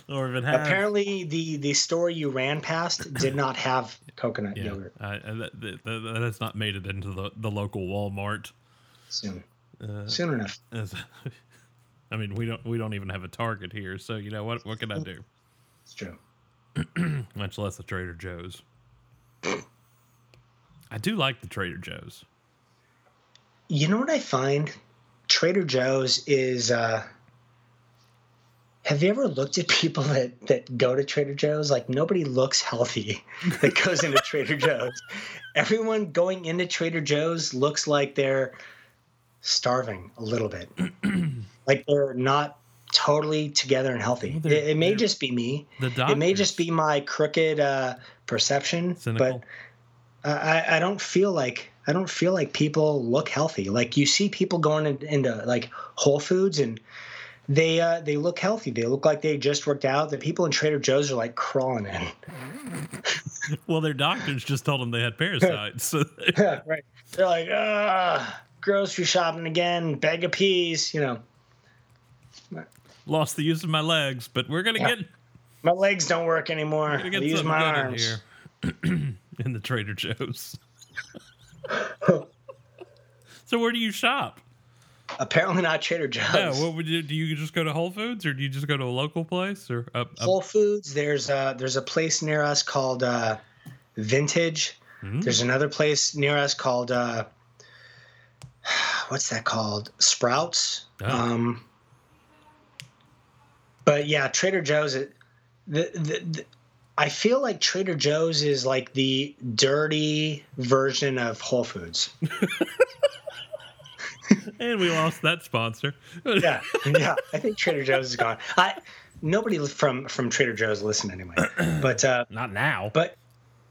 Speaker 6: or if it has.
Speaker 9: Apparently, the the store you ran past did not have coconut
Speaker 6: yeah,
Speaker 9: yogurt.
Speaker 6: I, I, that, that- that- that's not made it into the, the local Walmart.
Speaker 9: Soon,
Speaker 6: Uh,
Speaker 9: soon enough.
Speaker 6: As- I mean, we don't we don't even have a Target here, so you know what? What can I do?
Speaker 9: It's true.
Speaker 6: Much less a Trader Joe's. I do like the Trader Joe's.
Speaker 9: You know what I find? Trader Joe's is. Uh, have you ever looked at people that, that go to Trader Joe's? Like, nobody looks healthy that goes into Trader Joe's. Everyone going into Trader Joe's looks like they're starving a little bit, like they're not totally together and healthy.
Speaker 6: they're-
Speaker 9: it, it may
Speaker 6: they're-
Speaker 9: just be me.
Speaker 6: The
Speaker 9: It may just
Speaker 6: doctors-
Speaker 9: be my crooked uh, perception,
Speaker 6: Cynical.
Speaker 9: but I, I- I don't feel like I don't feel like people look healthy. Like you see people going in, into like Whole Foods and they uh, they look healthy. They look like they just worked out. The people in Trader Joe's are like crawling in.
Speaker 6: Well, their doctors just told them they had parasites. So they-
Speaker 9: Yeah, right. They're like, ah, grocery shopping again, bag of peas. You know,
Speaker 6: lost the use of my legs, but we're gonna get
Speaker 9: my legs don't work anymore. I
Speaker 6: gonna get
Speaker 9: use
Speaker 6: something
Speaker 9: my
Speaker 6: good in
Speaker 9: arms.
Speaker 6: here in the Trader Joe's. so where do you shop?
Speaker 9: Apparently not Trader Joe's.
Speaker 6: Yeah, what would you do? You just go to Whole Foods, or do you just go to a local place, or up? up-
Speaker 9: Whole Foods. There's a there's a place near us called uh, Vintage. There's another place near us called uh, what's that called? Sprouts.
Speaker 6: Oh.
Speaker 9: Um, but yeah, Trader Joe's. It, the, the, the I feel like Trader Joe's is like the dirty version of Whole Foods.
Speaker 6: and we lost that sponsor.
Speaker 9: Yeah, yeah. I think Trader Joe's is gone. I nobody from from Trader Joe's listen anyway. But uh,
Speaker 6: Not now.
Speaker 9: But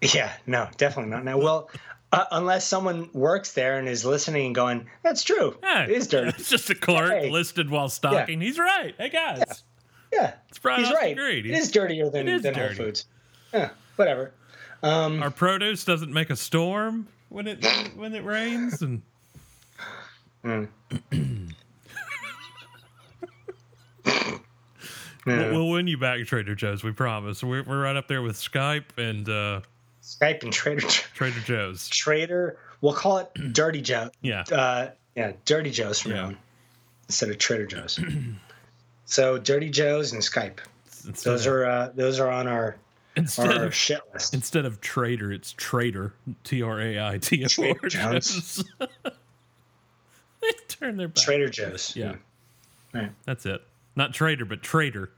Speaker 9: yeah, no, definitely not. Now, well, uh, unless someone works there and is listening and going, "That's true,
Speaker 6: Yeah,
Speaker 9: it is dirty."
Speaker 6: It's just a clerk
Speaker 9: Hey.
Speaker 6: listed while stocking. He's right. Hey guys,
Speaker 9: Yeah,
Speaker 6: it's Brian
Speaker 9: he's
Speaker 6: Austin
Speaker 9: right.
Speaker 6: Green.
Speaker 9: It is dirtier than,
Speaker 6: It is
Speaker 9: than Whole
Speaker 6: dirty.
Speaker 9: Foods. Yeah, whatever.
Speaker 6: Our produce doesn't make a storm when it when it rains, and
Speaker 9: Mm. Yeah.
Speaker 6: we'll, we'll win you back, Trader Joe's. We promise. We're we're right up there with Skype and uh,
Speaker 9: Skype and Trader Jo-
Speaker 6: Trader Joe's.
Speaker 9: Trader. We'll call it Dirty Joe.
Speaker 6: Yeah.
Speaker 9: Uh, yeah, Dirty Joe's from
Speaker 6: Yeah.
Speaker 9: now on instead of Trader Joe's. so Dirty Joe's and Skype.
Speaker 6: Instead,
Speaker 9: Those are uh, those are on our
Speaker 6: instead
Speaker 9: our
Speaker 6: of
Speaker 9: shit list.
Speaker 6: instead of trader, it's traitor. T R A I T O R
Speaker 9: Trader Joe's.
Speaker 6: Joe's. They turn their back.
Speaker 9: Trader Joe's.
Speaker 6: Yeah,
Speaker 9: Right.
Speaker 6: that's it. Not traitor, but traitor.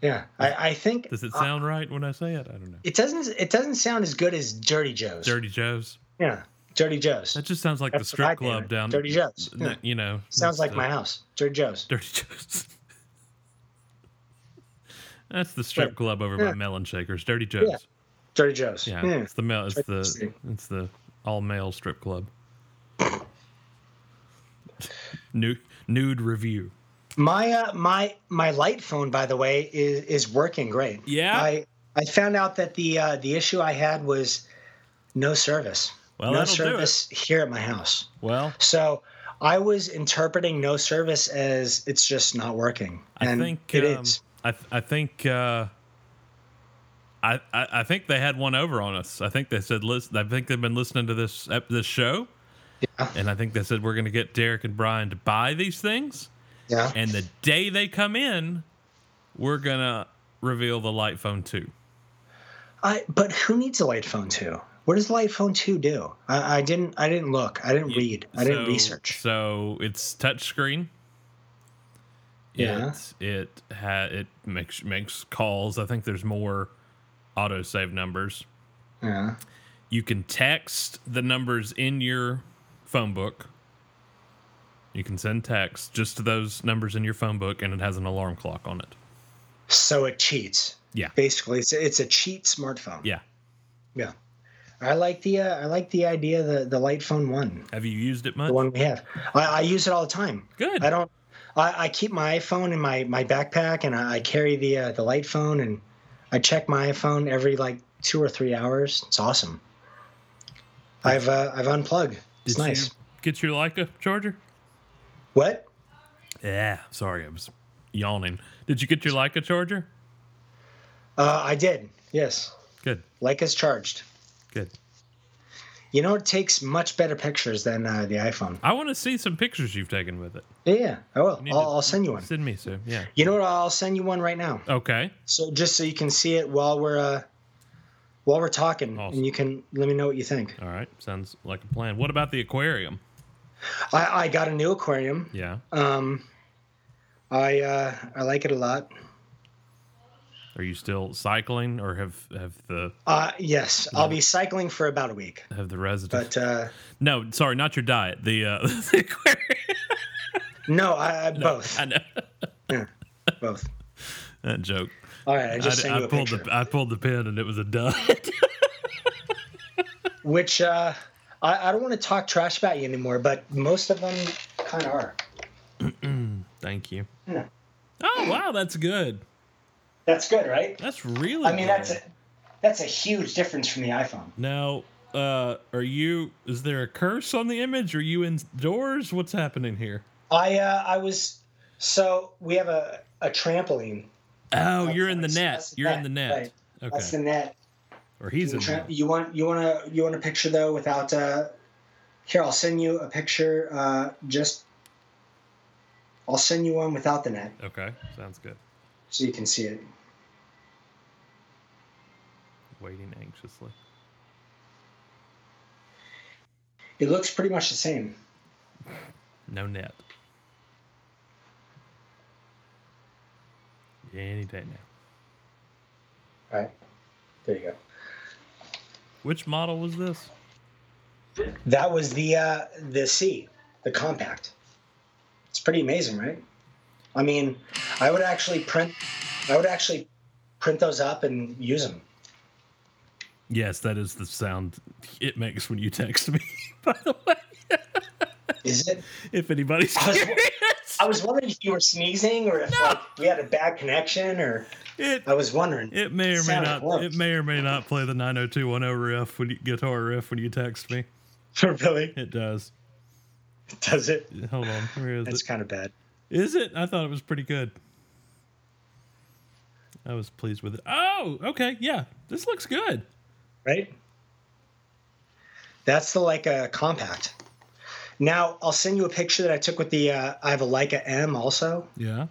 Speaker 9: Yeah. I, I think
Speaker 6: Does it sound right when I say it? I don't know.
Speaker 9: it doesn't it doesn't sound as good as Dirty Joe's.
Speaker 6: Dirty Joe's.
Speaker 9: Yeah, Dirty Joe's.
Speaker 6: That just sounds like
Speaker 9: That's
Speaker 6: the
Speaker 9: what I
Speaker 6: strip
Speaker 9: came
Speaker 6: club
Speaker 9: in.
Speaker 6: down.
Speaker 9: Dirty Joe's.
Speaker 6: n-
Speaker 9: Yeah.
Speaker 6: You know.
Speaker 9: Sounds like
Speaker 6: uh,
Speaker 9: my house. Dirty Joe's.
Speaker 6: Dirty Joe's. That's the strip
Speaker 9: Yeah.
Speaker 6: club over
Speaker 9: Yeah.
Speaker 6: by Melon Shakers. Dirty Joe's.
Speaker 9: Dirty Joe's. Hmm.
Speaker 6: Yeah,
Speaker 9: Yeah.
Speaker 6: it's the male. It's the
Speaker 9: Joe's.
Speaker 6: it's the all male strip club. nude nude review.
Speaker 9: My uh, my my light phone, by the way, is is working great.
Speaker 6: Yeah?
Speaker 9: I I found out that the uh, the issue I had was no service.
Speaker 6: Well,
Speaker 9: no
Speaker 6: that'll do it.
Speaker 9: service here at my house.
Speaker 6: Well,
Speaker 9: So I was interpreting no service as it's just not working,
Speaker 6: I
Speaker 9: and
Speaker 6: think
Speaker 9: it is.
Speaker 6: um, I th- I think uh, I, I I think they had one over on us. I think they said listen. I think they've been listening to this ep- this show, and I think they said we're going to get Derek and Brian to buy these things.
Speaker 9: Yeah.
Speaker 6: And the day they come in, we're gonna reveal the light phone two.
Speaker 9: I but who needs a light phone two? What does light phone two do? I, I didn't I didn't look. I didn't read. I didn't
Speaker 6: So-
Speaker 9: research.
Speaker 6: So it's touchscreen.
Speaker 9: Yeah.
Speaker 6: It it, ha- it makes makes calls. I think there's more auto save numbers.
Speaker 9: Yeah.
Speaker 6: You can text the numbers in your phone book. You can send text just to those numbers in your phone book, and it has an alarm clock on it.
Speaker 9: So it cheats.
Speaker 6: Yeah.
Speaker 9: Basically, it's it's a cheat smartphone.
Speaker 6: Yeah.
Speaker 9: Yeah. I like the uh, I like the idea the the light phone one
Speaker 6: Have you used it much?
Speaker 9: the one we have. I, I use it all the time.
Speaker 6: Good.
Speaker 9: I don't. I, I keep my iPhone in my my backpack, and I, I carry the uh, the light phone, and I check my iPhone every like two or three hours. It's awesome. I've uh, I've unplugged. It's
Speaker 6: Did you
Speaker 9: nice.
Speaker 6: get your Leica charger?
Speaker 9: What?
Speaker 6: Yeah. Sorry, I was yawning. Did you get your Leica charger?
Speaker 9: Uh, I did. Yes.
Speaker 6: Good.
Speaker 9: Like is charged.
Speaker 6: Good.
Speaker 9: You know, it takes much better pictures than uh, the iPhone.
Speaker 6: I want to see some pictures you've taken with it.
Speaker 9: Yeah, I will.
Speaker 6: need
Speaker 9: I'll,
Speaker 6: to-
Speaker 9: I'll send you one.
Speaker 6: Send me some. Yeah.
Speaker 9: You know what? I'll send you one right now.
Speaker 6: Okay.
Speaker 9: So just so you can see it while we're uh, while we're talking,
Speaker 6: Awesome.
Speaker 9: and you can let me know what you think.
Speaker 6: All right. Sounds like a plan. What about the aquarium?
Speaker 9: I, I got a new aquarium.
Speaker 6: Yeah.
Speaker 9: Um, I uh, I like it a lot.
Speaker 6: Are you still cycling, or have have the
Speaker 9: Uh, yes, I'll be cycling for about a week.
Speaker 6: have the residue?
Speaker 9: But uh,
Speaker 6: no, sorry, not your diet. The, uh, the aquarium.
Speaker 9: no, I, I both
Speaker 6: I know
Speaker 9: both.
Speaker 6: that joke.
Speaker 9: All right, I
Speaker 6: I,
Speaker 9: just sent
Speaker 6: I
Speaker 9: you a
Speaker 6: pulled
Speaker 9: picture,
Speaker 6: the I pulled the pin, and it was a dud.
Speaker 9: which uh, I, I don't want to talk trash about you anymore, but most of them kind of are.
Speaker 6: Mm, Thank you.
Speaker 9: Yeah.
Speaker 6: Oh wow, that's good.
Speaker 9: That's good, right?
Speaker 6: That's really.
Speaker 9: I mean, that's a
Speaker 6: good.
Speaker 9: that's a huge difference from the iPhone.
Speaker 6: Now, uh, are you? Is there a curse on the image? Are you indoors? What's happening here?
Speaker 9: I uh, I was so we have a a trampoline.
Speaker 6: Oh, you're in the
Speaker 9: That's-
Speaker 6: net.
Speaker 9: that's
Speaker 6: You're in the net.
Speaker 9: right. That's the
Speaker 6: Okay.
Speaker 9: net.
Speaker 6: Or he's in the
Speaker 9: The tram-
Speaker 6: net.
Speaker 9: you want you want to you want a picture though without. Uh, here, I'll send you a picture. Uh, just I'll send you one without the net
Speaker 6: Okay, sounds good.
Speaker 9: so you can see it.
Speaker 6: Waiting anxiously.
Speaker 9: It looks pretty much the same.
Speaker 6: No net. Any day now.
Speaker 9: All right, there you go.
Speaker 6: Which model was this?
Speaker 9: That was the uh, the C, the compact. It's pretty amazing, right? I mean, I would actually print. I would actually print those up and use them.
Speaker 6: Yes, that is the sound it makes when you text me. By the way,
Speaker 9: Is it?
Speaker 6: if anybody's
Speaker 9: I was-
Speaker 6: curious,
Speaker 9: I was wondering if you were sneezing or if like we had a bad connection or
Speaker 6: it
Speaker 9: I was wondering.
Speaker 6: It may or may
Speaker 9: Sounded
Speaker 6: not.
Speaker 9: close.
Speaker 6: It may or may not play the 90210 riff when you, guitar riff when you text me.
Speaker 9: really?
Speaker 6: It does.
Speaker 9: Does it?
Speaker 6: Hold on. Where is
Speaker 9: That's
Speaker 6: it?
Speaker 9: kind of bad.
Speaker 6: Is it? I thought it was pretty good. I was pleased with it. Oh, okay. Yeah, this looks good.
Speaker 9: Right? That's the Leica compact. Now I'll send you a picture that I took with the uh, I have a Leica M also,
Speaker 6: Yeah.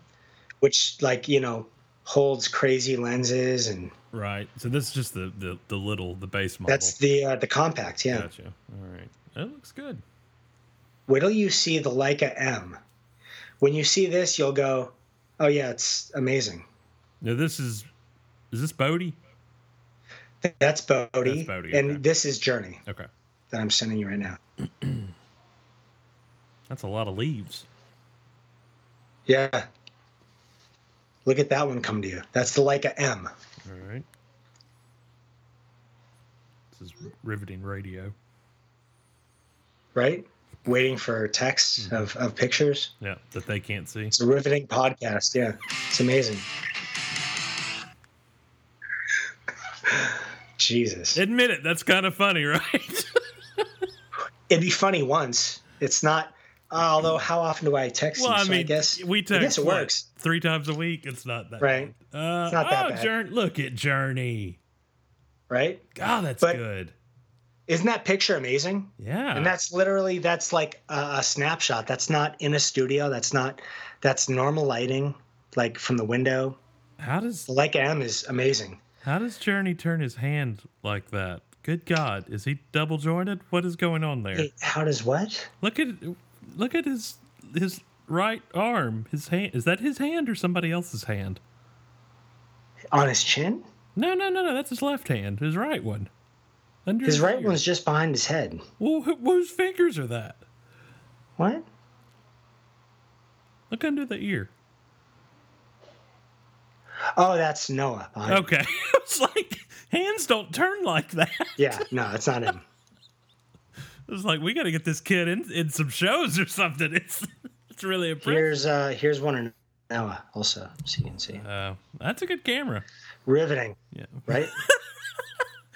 Speaker 9: which like, you know, holds crazy lenses and
Speaker 6: Right. So this is just the the, the little the base model.
Speaker 9: that's the uh, the compact, yeah.
Speaker 6: Gotcha. All right. It looks good.
Speaker 9: Wait till you see the Leica M. When you see this, you'll go, "Oh yeah, it's amazing."
Speaker 6: Now this is is this Bodie?
Speaker 9: That's
Speaker 6: That's
Speaker 9: Bodhi,
Speaker 6: Bodhi,
Speaker 9: and
Speaker 6: okay.
Speaker 9: this is Journey
Speaker 6: Okay.
Speaker 9: that I'm sending you right now.
Speaker 6: That's a lot of leaves.
Speaker 9: Yeah. Look at that one come to you. That's the Leica M.
Speaker 6: All right. This is riveting radio.
Speaker 9: right? Waiting for texts
Speaker 6: Mm-hmm.
Speaker 9: of, of pictures.
Speaker 6: Yeah, that they can't see.
Speaker 9: It's a riveting podcast. Yeah, it's amazing. Jesus. It,
Speaker 6: Admit it, that's kind of funny, right?
Speaker 9: would be funny once. It's not, uh, although, how often do I text
Speaker 6: well,
Speaker 9: you?
Speaker 6: I
Speaker 9: So
Speaker 6: mean,
Speaker 9: guess,
Speaker 6: we
Speaker 9: I
Speaker 6: text
Speaker 9: guess it
Speaker 6: what,
Speaker 9: works.
Speaker 6: three times a week. It's not that
Speaker 9: Right.
Speaker 6: bad. Uh,
Speaker 9: It's not that
Speaker 6: oh,
Speaker 9: bad.
Speaker 6: Journey, look at Journey.
Speaker 9: Right?
Speaker 6: God, that's
Speaker 9: But-
Speaker 6: good.
Speaker 9: Isn't that picture amazing?
Speaker 6: Yeah,
Speaker 9: And that's literally, that's like a, a snapshot. That's not in a studio. That's not, that's normal lighting, like from the window.
Speaker 6: how does
Speaker 9: The Leica M is amazing.
Speaker 6: how does Journey turn his hand like that? Good God, is he double jointed? What is going on there?
Speaker 9: Hey, how does what?
Speaker 6: Look at look at his his right arm. His hand is that his hand or somebody else's hand?
Speaker 9: On his chin?
Speaker 6: No, no, no, no. That's his left hand. His right one. Under
Speaker 9: His right
Speaker 6: finger.
Speaker 9: one's just behind his head.
Speaker 6: Well, who, whose fingers are that?
Speaker 9: What?
Speaker 6: Look under the ear.
Speaker 9: Oh, that's Noah. behind-
Speaker 6: Okay. it's like hands don't turn like that.
Speaker 9: Yeah, no, it's not him.
Speaker 6: It's like we got to get this kid in in some shows or something. It's it's really impressive.
Speaker 9: Here's uh here's one of Noah also, so you can see.
Speaker 6: Uh, that's a good camera.
Speaker 9: Riveting,
Speaker 6: Yeah.
Speaker 9: right?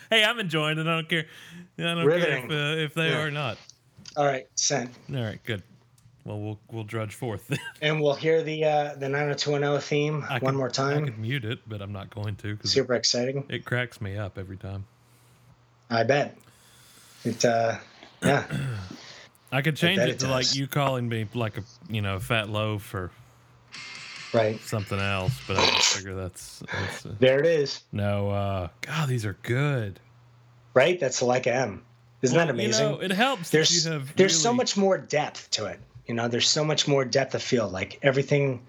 Speaker 6: Hey, I'm enjoying it. I don't care. I don't
Speaker 9: Riveting.
Speaker 6: care if, uh, if they
Speaker 9: Yeah.
Speaker 6: are not.
Speaker 9: All right, sent.
Speaker 6: All right. Good. Well, we'll we'll drudge forth.
Speaker 9: And we'll hear the uh, the 90210 theme
Speaker 6: I
Speaker 9: one
Speaker 6: could-
Speaker 9: more
Speaker 6: I
Speaker 9: time.
Speaker 6: could mute it, but I'm not going to because
Speaker 9: Super exciting.
Speaker 6: it cracks me up every time.
Speaker 9: I bet. It uh yeah.
Speaker 6: I could change
Speaker 9: bet
Speaker 6: it,
Speaker 9: it
Speaker 6: to like
Speaker 9: does.
Speaker 6: you calling me like a you know fat loaf or
Speaker 9: right.
Speaker 6: something else, but I just figure that's, that's uh,
Speaker 9: There it is.
Speaker 6: no. Uh, God, these are good.
Speaker 9: Right? That's like M. Isn't that amazing?
Speaker 6: You know, it helps. that
Speaker 9: there's
Speaker 6: you have
Speaker 9: there's so
Speaker 6: really-
Speaker 9: much more depth to it. You know, there's so much more depth of field. Like everything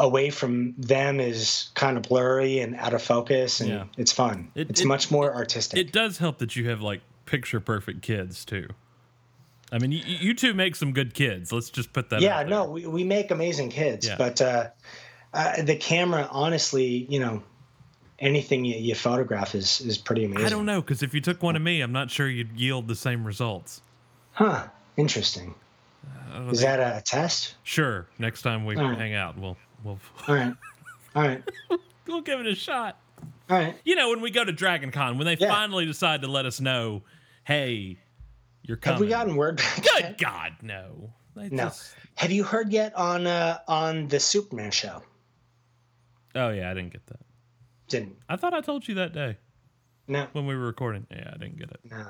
Speaker 9: away from them is kind of blurry and out of focus and
Speaker 6: Yeah.
Speaker 9: it's fun.
Speaker 6: It-
Speaker 9: it's
Speaker 6: it-
Speaker 9: much more artistic.
Speaker 6: It does help that you have like picture perfect kids too. I mean, you, you two make some good kids. Let's just put that.
Speaker 9: yeah
Speaker 6: out
Speaker 9: no
Speaker 6: there.
Speaker 9: we, we make amazing kids
Speaker 6: Yeah.
Speaker 9: but uh, uh the camera honestly you know anything you, you photograph is is pretty amazing
Speaker 6: I don't know because if you took one of me, I'm not sure you'd yield the same results.
Speaker 9: huh interesting
Speaker 6: Uh,
Speaker 9: is that a test
Speaker 6: Sure, next time we
Speaker 9: right.
Speaker 6: hang out, we'll we'll
Speaker 9: all right all right
Speaker 6: we'll give it a shot.
Speaker 9: all right
Speaker 6: You know, when we go to Dragon Con, when they
Speaker 9: Yeah.
Speaker 6: finally decide to let us know, hey, you're coming.
Speaker 9: have we gotten word back
Speaker 6: Good
Speaker 9: yet?
Speaker 6: God, no. They
Speaker 9: no
Speaker 6: just-
Speaker 9: have you heard yet on uh on the superman show
Speaker 6: oh yeah, I didn't get that.
Speaker 9: didn't
Speaker 6: I thought I told you that day
Speaker 9: no
Speaker 6: when we were recording. Yeah, I didn't get it.
Speaker 9: no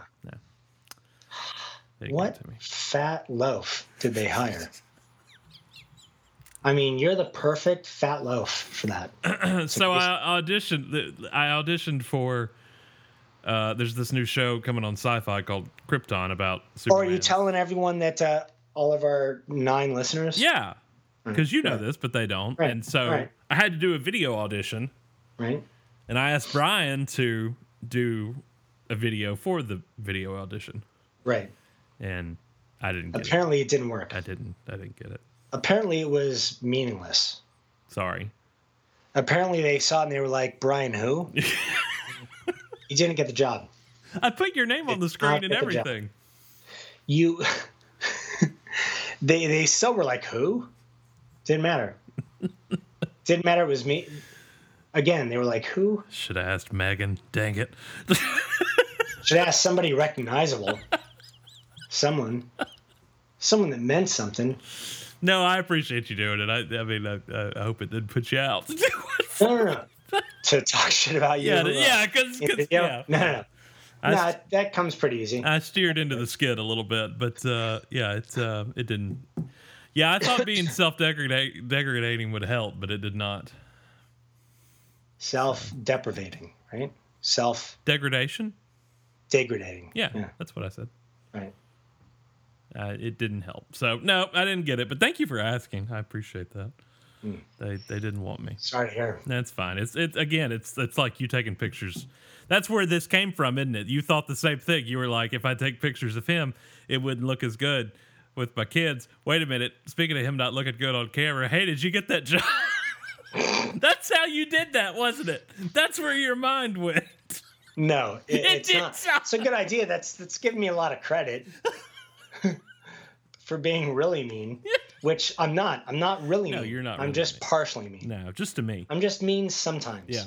Speaker 6: They didn't
Speaker 9: what
Speaker 6: Get it to me.
Speaker 9: fat loaf did they hire i mean you're the perfect fat loaf for that
Speaker 6: so I auditioned. th- I auditioned for. Uh, there's this new show coming on Sci-Fi called Krypton about
Speaker 9: Or
Speaker 6: Superman.
Speaker 9: Oh, are you telling everyone that uh, all of our nine listeners?
Speaker 6: Yeah, because you know this, but they don't.
Speaker 9: Right,
Speaker 6: And so
Speaker 9: right.
Speaker 6: I had to do a video audition,
Speaker 9: Right?
Speaker 6: and I asked Brian to do a video for the video audition,
Speaker 9: Right.
Speaker 6: and I didn't get it.
Speaker 9: Apparently it didn't work.
Speaker 6: I didn't. I didn't get it.
Speaker 9: Apparently it was meaningless.
Speaker 6: Sorry.
Speaker 9: Apparently they saw it and they were like, Brian, who? you didn't get the job.
Speaker 6: I put your name on the
Speaker 9: not
Speaker 6: screen and
Speaker 9: get the job.
Speaker 6: everything.
Speaker 9: You. they, they still were like, who? Didn't matter. didn't matter. It was me. Again, they were like, who?
Speaker 6: Should have asked Megan. Dang it.
Speaker 9: Should ask somebody recognizable. Someone. Someone that meant something.
Speaker 6: No, I appreciate you doing it. I, I mean, I, I hope it didn't put you out.
Speaker 9: No, no, no. to talk shit about you.
Speaker 6: yeah,
Speaker 9: uh,
Speaker 6: yeah, because
Speaker 9: in
Speaker 6: yeah.
Speaker 9: video. No, no, no.
Speaker 6: I,
Speaker 9: Nah,
Speaker 6: s- Uh,
Speaker 9: that comes pretty easy.
Speaker 6: I steered into the skid a little bit, but uh, yeah, it uh, it didn't. Yeah, I thought being self-degradating would help, but it did not.
Speaker 9: Self-deprivating, right? Self-degradating.
Speaker 6: Degradation? Yeah, that's what I said.
Speaker 9: Right.
Speaker 6: Uh, it didn't help. So no, I didn't get it. But thank you for asking. I appreciate that. They they didn't want me.
Speaker 9: Sorry to hear.
Speaker 6: That's fine. It's it's again. It's it's like you taking pictures. That's where this came from, isn't it? You thought the same thing. You were like, if I take pictures of him, it wouldn't look as good with my kids. Wait a minute. Speaking of him not looking good on camera, hey, did you get that job? That's how you did that, wasn't it? That's where your mind went.
Speaker 9: No, it, it's
Speaker 6: did
Speaker 9: not.
Speaker 6: sound-
Speaker 9: It's a good idea. That's that's giving me a lot of credit for being really mean, which I'm not. I'm not really
Speaker 6: No,
Speaker 9: mean.
Speaker 6: you're not
Speaker 9: I'm
Speaker 6: really
Speaker 9: just
Speaker 6: mean.
Speaker 9: partially mean.
Speaker 6: No, just to me.
Speaker 9: I'm just mean sometimes.
Speaker 6: Yeah.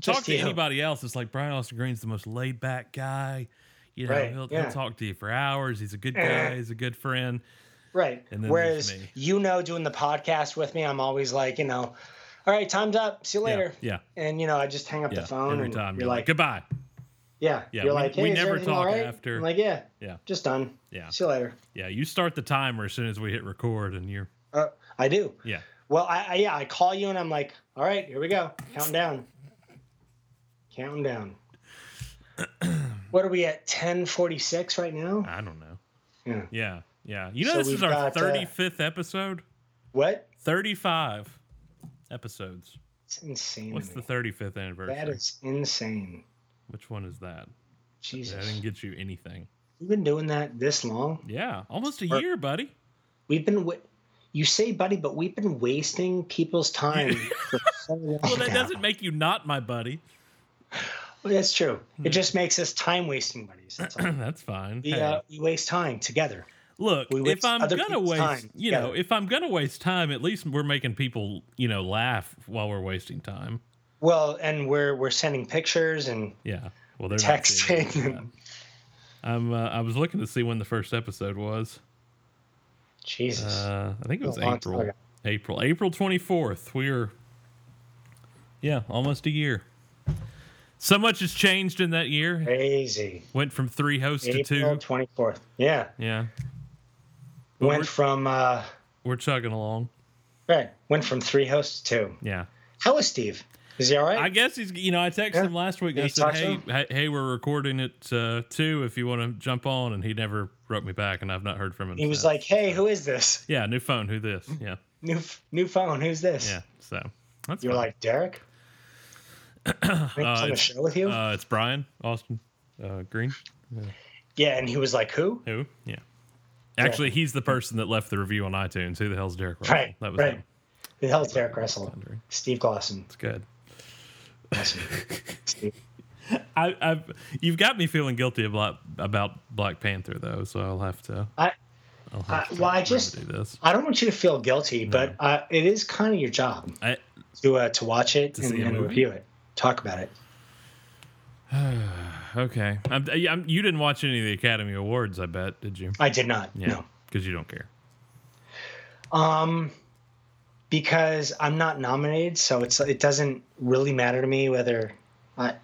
Speaker 9: Just
Speaker 6: talk to
Speaker 9: you.
Speaker 6: anybody else. It's like Brian Austin Green's the most laid back guy. You know,
Speaker 9: Right,
Speaker 6: he'll,
Speaker 9: yeah.
Speaker 6: he'll talk to you for hours. He's a good guy. He's a good friend.
Speaker 9: Right.
Speaker 6: And then there's
Speaker 9: Whereas
Speaker 6: me.
Speaker 9: you know, doing the podcast with me, I'm always like, you know, all right, time's up. See you
Speaker 6: Yeah,
Speaker 9: later.
Speaker 6: yeah.
Speaker 9: And you know, I just hang up
Speaker 6: Yeah,
Speaker 9: the phone
Speaker 6: every
Speaker 9: and
Speaker 6: time
Speaker 9: you're like,
Speaker 6: goodbye.
Speaker 9: yeah.
Speaker 6: Yeah,
Speaker 9: You're
Speaker 6: we-
Speaker 9: like, hey,
Speaker 6: we
Speaker 9: is
Speaker 6: never
Speaker 9: everything all
Speaker 6: talk
Speaker 9: right?"
Speaker 6: after-
Speaker 9: I'm like, yeah,
Speaker 6: Yeah.
Speaker 9: just done.
Speaker 6: Yeah.
Speaker 9: See you later.
Speaker 6: Yeah, you start the timer as soon as we hit record, and you're
Speaker 9: Uh, I do.
Speaker 6: yeah.
Speaker 9: Well, I, I yeah, I call you and I'm like, all right, here we go, counting down, counting down. what are we at? Ten forty six right now.
Speaker 6: I don't know.
Speaker 9: Yeah.
Speaker 6: yeah, yeah. You know
Speaker 9: So
Speaker 6: this is
Speaker 9: we've
Speaker 6: our
Speaker 9: got, uh,
Speaker 6: thirty fifth episode.
Speaker 9: What?
Speaker 6: Thirty five episodes.
Speaker 9: It's insane.
Speaker 6: What's
Speaker 9: to
Speaker 6: the
Speaker 9: me.
Speaker 6: thirty fifth anniversary?
Speaker 9: That is insane.
Speaker 6: Which one is that? Yeah, I
Speaker 9: Jesus,
Speaker 6: didn't get you anything.
Speaker 9: we've been doing that this long.
Speaker 6: Yeah, almost a
Speaker 9: Or-
Speaker 6: year, buddy.
Speaker 9: We've been. Wa- you say, buddy, but we've been wasting people's time for so long.
Speaker 6: Well, that
Speaker 9: now.
Speaker 6: doesn't make you not my buddy.
Speaker 9: Well, that's true.
Speaker 6: Hmm.
Speaker 9: It just makes us time wasting buddies. That's all.
Speaker 6: That's fine.
Speaker 9: We,
Speaker 6: Hey,
Speaker 9: uh, we waste time together.
Speaker 6: look,
Speaker 9: we
Speaker 6: if
Speaker 9: waste
Speaker 6: I'm
Speaker 9: other
Speaker 6: gonna
Speaker 9: people's
Speaker 6: waste,
Speaker 9: time
Speaker 6: you know,
Speaker 9: together.
Speaker 6: if I'm gonna waste time, at least we're making people, you know, laugh while we're wasting time.
Speaker 9: Well, and we're we're sending pictures and
Speaker 6: Yeah. Well, they're not seeing it.
Speaker 9: texting.
Speaker 6: I'm. Uh, I was looking to see when the first episode was.
Speaker 9: Jesus.
Speaker 6: Uh, I think it was
Speaker 9: Oh, March,
Speaker 6: April.
Speaker 9: okay.
Speaker 6: April. April 24th. We are, yeah, almost a year. So much has changed in that year.
Speaker 9: Crazy.
Speaker 6: Went from three hosts to
Speaker 9: April
Speaker 6: two.
Speaker 9: twenty fourth. Yeah.
Speaker 6: Yeah. But
Speaker 9: Went
Speaker 6: we're,
Speaker 9: from uh
Speaker 6: we're chugging along.
Speaker 9: right. Went from three hosts to two.
Speaker 6: Yeah.
Speaker 9: How is Steve? Is he all right?
Speaker 6: I guess he's, you know, I texted
Speaker 9: Yeah.
Speaker 6: him last week.
Speaker 9: Did
Speaker 6: I
Speaker 9: he talk
Speaker 6: said,
Speaker 9: to
Speaker 6: hey,
Speaker 9: him?
Speaker 6: hey, hey, we're recording at uh, two if you want to jump on. And he never wrote me back, and I've not heard from him.
Speaker 9: he was
Speaker 6: since.
Speaker 9: like, "Hey, who is this?
Speaker 6: yeah, new phone. Who this? Yeah.
Speaker 9: New f- new phone? Who's this?"
Speaker 6: Yeah. So that's
Speaker 9: You're
Speaker 6: fine.
Speaker 9: like Derek. I think he's on the
Speaker 6: Uh, it's-
Speaker 9: show with you.
Speaker 6: uh, it's Brian Austin uh, Green.
Speaker 9: yeah, and he was like, "Who?"
Speaker 6: Who? Yeah. Actually, he's the person that left the review on iTunes. Who the hell's Derek Russell?
Speaker 9: Right.
Speaker 6: That was
Speaker 9: right.
Speaker 6: him.
Speaker 9: Who the hell's Derek Russell? Steve Glosson.
Speaker 6: It's good.
Speaker 9: Steve.
Speaker 6: I, I've you've got me feeling guilty about about Black Panther though, so I'll have to.
Speaker 9: I-
Speaker 6: I'll have
Speaker 9: I- Uh, well, I just-
Speaker 6: remedy this.
Speaker 9: I don't want you to feel guilty, but uh, it is kind of your job
Speaker 6: I,
Speaker 9: to uh, to watch it
Speaker 6: see
Speaker 9: and,
Speaker 6: a
Speaker 9: and
Speaker 6: movie?
Speaker 9: review it, talk about it.
Speaker 6: okay, I'm, I, am you didn't watch any of the Academy Awards, I bet, did you?
Speaker 9: I did not. No.
Speaker 6: because you don't care.
Speaker 9: Um, because I'm not nominated, so it's it doesn't really matter to me whether I.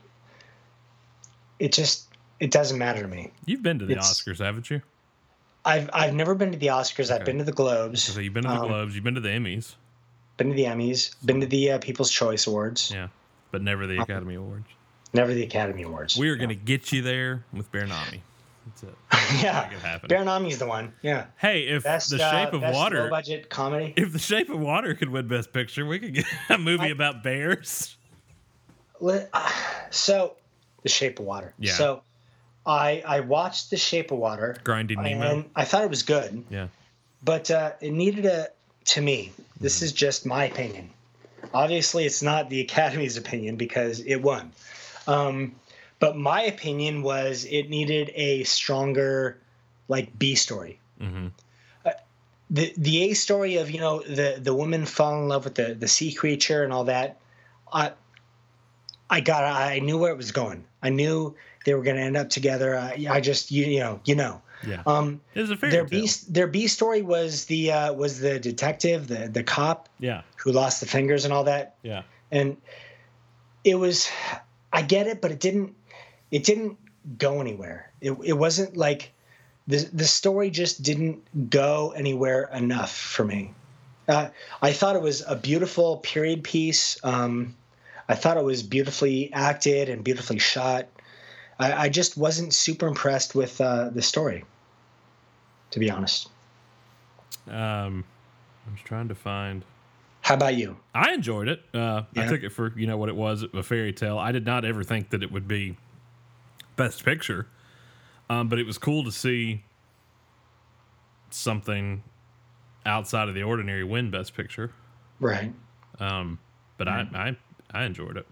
Speaker 9: It just it doesn't matter to me.
Speaker 6: You've been to the
Speaker 9: It's-
Speaker 6: Oscars, haven't you?
Speaker 9: I've I've never been to the Oscars. I've
Speaker 6: Okay.
Speaker 9: been to the Globes,
Speaker 6: So you've been to the
Speaker 9: Um,
Speaker 6: Globes, you've been to the Emmys,
Speaker 9: been to the Emmys, been to the uh, People's Choice Awards,
Speaker 6: yeah, but never
Speaker 9: um,
Speaker 6: the Academy Awards.
Speaker 9: never the Academy Awards.
Speaker 6: We are going to get you there with Bernami. That's it.
Speaker 9: yeah,
Speaker 6: it happen.
Speaker 9: Baranami's the one. Yeah,
Speaker 6: Hey, if
Speaker 9: best
Speaker 6: the Shape
Speaker 9: uh,
Speaker 6: of
Speaker 9: best
Speaker 6: Water,
Speaker 9: low budget comedy.
Speaker 6: if the Shape of Water could win Best Picture, we could get a movie about bears.
Speaker 9: Let- ah, so, The Shape of Water.
Speaker 6: Yeah.
Speaker 9: So, I I watched The Shape of Water.
Speaker 6: Grinding Nemo.
Speaker 9: And I thought it was good,
Speaker 6: yeah,
Speaker 9: but uh, it needed a. To me,
Speaker 6: Hmm.
Speaker 9: this is just my opinion. Obviously, it's not the Academy's opinion because it won. Um, but my opinion was it needed a stronger, like B story.
Speaker 6: Mhm.
Speaker 9: Uh, The, the A story of you know the the woman falling in love with the, the sea creature and all that, I I got I knew where it was going. I knew they were going to end up together. I, I just you, you know you know.
Speaker 6: yeah.
Speaker 9: Um,
Speaker 6: it's a fairy
Speaker 9: their
Speaker 6: tale.
Speaker 9: B their B story was the uh, was the detective, the the cop
Speaker 6: yeah,
Speaker 9: who lost the fingers and all that,
Speaker 6: yeah.
Speaker 9: and it was I get it, but it didn't it didn't go anywhere. It it wasn't like the the story just didn't go anywhere enough for me. Uh, I thought it was a beautiful period piece. Um, I thought it was beautifully acted and beautifully shot. I, I just wasn't super impressed with uh, the story, to be honest.
Speaker 6: Um, I'm just trying to find.
Speaker 9: How about you?
Speaker 6: I enjoyed it. Uh, I
Speaker 9: Yeah.
Speaker 6: took it for you know what it was—a fairy tale. I did not ever think that it would be Best Picture, um, but it was cool to see something outside of the ordinary win Best Picture.
Speaker 9: Right.
Speaker 6: Um, but
Speaker 9: Mm-hmm.
Speaker 6: I, I I enjoyed it.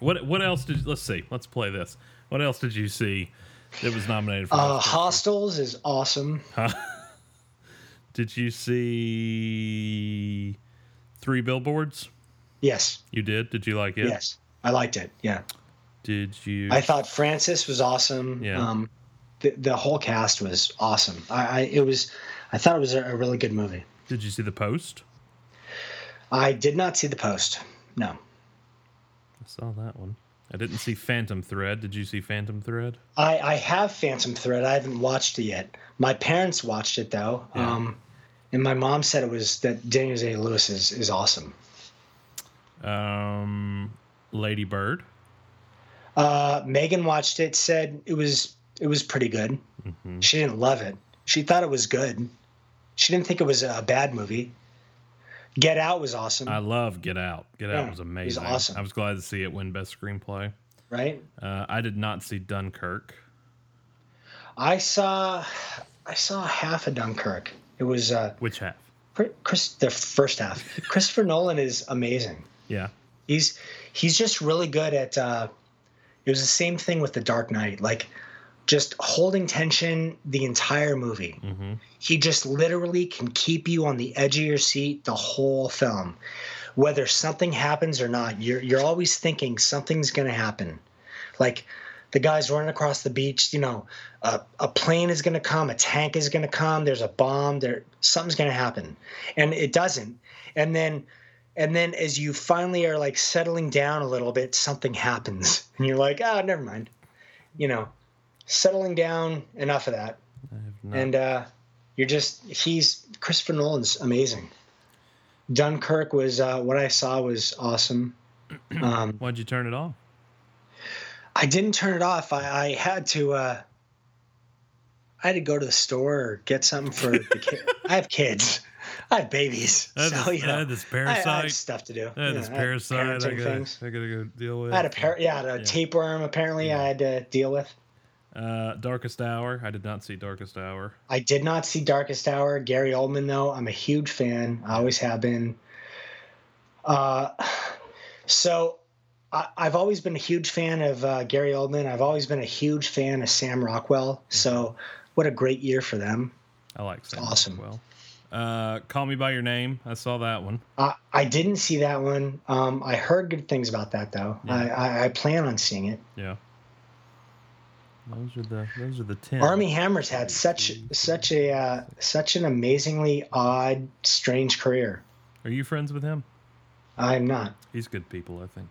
Speaker 6: What what else did let's see? Let's play this. What else did you see that was nominated for?
Speaker 9: Uh,
Speaker 6: Best Picture?
Speaker 9: Hostels is awesome.
Speaker 6: Did you see Three Billboards?
Speaker 9: Yes.
Speaker 6: You did. Did you like it?
Speaker 9: Yes. I liked it. Yeah.
Speaker 6: Did you?
Speaker 9: I thought Francis was awesome.
Speaker 6: Yeah.
Speaker 9: Um, the, the whole cast was awesome. I, I it was, I thought it was a, a really good movie.
Speaker 6: did you see the post?
Speaker 9: I did not see the post. No.
Speaker 6: I saw that one. I didn't see Phantom Thread. Did you see Phantom Thread?
Speaker 9: I, I have Phantom Thread. I haven't watched it yet. My parents watched it though. Um, and my mom said it was that Daniel Day Lewis is, is awesome.
Speaker 6: Um, Lady Bird.
Speaker 9: Uh, Megan watched it, said it was it was pretty good.
Speaker 6: Mm-hmm.
Speaker 9: She didn't love it. She thought it was good. She didn't think it was a bad movie. Get Out was awesome,
Speaker 6: I love Get Out. Get Out
Speaker 9: Mm. Yeah,
Speaker 6: was
Speaker 9: it was
Speaker 6: amazing.
Speaker 9: awesome.
Speaker 6: I was glad to see it win Best Screenplay.
Speaker 9: right?
Speaker 6: Uh, I did not see Dunkirk.
Speaker 9: I saw I saw half of Dunkirk. It was uh,
Speaker 6: Which half?
Speaker 9: Chr- Chris the first half. Christopher Nolan is amazing.
Speaker 6: Yeah.
Speaker 9: He's he's just really good at. Uh, it was the same thing with The Dark Knight, like just holding tension the entire movie. He just literally can keep you on the edge of your seat the whole film, whether something happens or not. You're you're always thinking something's going to happen, like The guy's running across the beach. You know, a, a plane is going to come, a tank is going to come. There's a bomb. There, something's going to happen, and it doesn't. And then, and then as you finally are like settling down a little bit, something happens, and you're like, oh, never mind. You know, settling down. Enough of that.
Speaker 6: I have not-
Speaker 9: And uh, you're just he's Christopher Nolan's amazing. Dunkirk was uh, what I saw was awesome. Um,
Speaker 6: Why'd you turn it off?
Speaker 9: I didn't turn it off. I, I had to. Uh, I had to go to the store or get something for the kid. I have kids. I have babies.
Speaker 6: I had
Speaker 9: so
Speaker 6: this,
Speaker 9: you know,
Speaker 6: I had this
Speaker 9: I-
Speaker 6: parasite.
Speaker 9: I
Speaker 6: I,
Speaker 9: have stuff to do.
Speaker 6: had
Speaker 9: You
Speaker 6: this
Speaker 9: know,
Speaker 6: parasite. I
Speaker 9: parenting
Speaker 6: gotta,
Speaker 9: things.
Speaker 6: I gotta go deal with.
Speaker 9: I had a par- yeah, I had a
Speaker 6: Yeah.
Speaker 9: tapeworm. Apparently, I had to deal with.
Speaker 6: uh, Darkest Hour. I did not see Darkest Hour.
Speaker 9: I did not see Darkest Hour. Gary Oldman, though, I'm a huge fan. I always have been. Uh, so I, I've always been a huge fan of uh, Gary Oldman. I've always been a huge fan of Sam Rockwell. So what a great year for them.
Speaker 6: I like Sam
Speaker 9: Awesome.
Speaker 6: Well, uh, Call Me by Your Name. I saw that one.
Speaker 9: I, I didn't see that one. Um, I heard good things about that, though. I, I, I plan on seeing it.
Speaker 6: Yeah. Those are the those are the ten.
Speaker 9: Army Hammer's had such such a uh, such an amazingly odd, strange career.
Speaker 6: Are you friends with him?
Speaker 9: I'm not.
Speaker 6: He's good people, I think.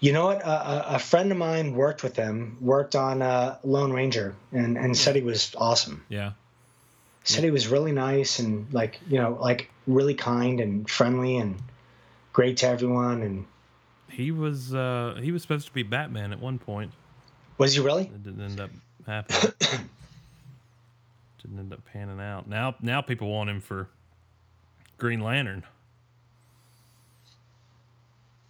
Speaker 9: You know what? A, a, a friend of mine worked with him, worked on uh, Lone Ranger, and, and said he was awesome.
Speaker 6: Yeah.
Speaker 9: Said he was really nice and like you know like really kind and friendly and great to everyone. And
Speaker 6: He was uh he was supposed to be Batman at one point.
Speaker 9: was he really?
Speaker 6: It didn't end up happening. didn't end up panning out. Now now people want him for Green Lantern.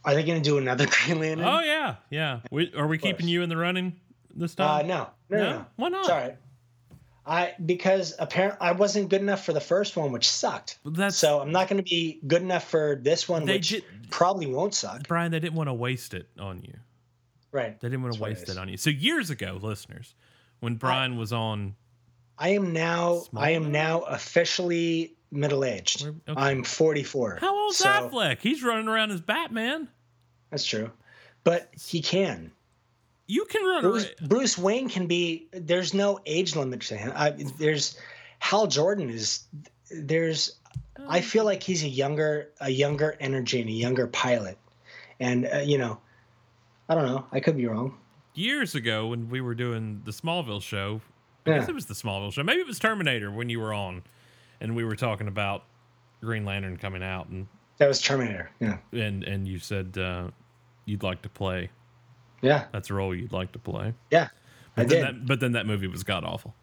Speaker 9: Are they going to do another Green Lantern?
Speaker 6: Oh yeah, yeah. We, are we keeping you in the running this
Speaker 9: uh,
Speaker 6: time?
Speaker 9: no, no, no, no.
Speaker 6: Why not?
Speaker 9: Sorry, I because apparently I wasn't good enough for the first one, which sucked.
Speaker 6: Well, that's-
Speaker 9: so I'm not going to be good enough for this one,
Speaker 6: They
Speaker 9: which
Speaker 6: did-
Speaker 9: probably won't suck.
Speaker 6: Brian, they didn't want to waste it on you.
Speaker 9: Right.
Speaker 6: They didn't want to
Speaker 9: That's what it
Speaker 6: waste
Speaker 9: is.
Speaker 6: it on you. So years ago, listeners, when Brian was on,
Speaker 9: I am now I am now officially middle aged.
Speaker 6: Where- okay.
Speaker 9: I'm 44.
Speaker 6: how old's
Speaker 9: so-
Speaker 6: Affleck? He's running around as Batman.
Speaker 9: That's true. But he can.
Speaker 6: You can run
Speaker 9: Bruce,
Speaker 6: around.
Speaker 9: Bruce Wayne can be. There's no age limit to him. I, there's Hal Jordan is. There's.
Speaker 6: Oh.
Speaker 9: I feel like he's a younger a younger energy and a younger pilot, and uh, you know, I don't know. I could be wrong.
Speaker 6: Years ago, when we were doing the Smallville show, I
Speaker 9: Yeah.
Speaker 6: guess it was the Smallville show. Maybe it was Terminator when you were on, and we were talking about Green Lantern coming out, and
Speaker 9: That was Terminator. Yeah.
Speaker 6: and and you said uh, you'd like to play.
Speaker 9: Yeah.
Speaker 6: That's a role you'd like to play.
Speaker 9: Yeah. I
Speaker 6: But then
Speaker 9: did.
Speaker 6: That, but then that movie was god awful.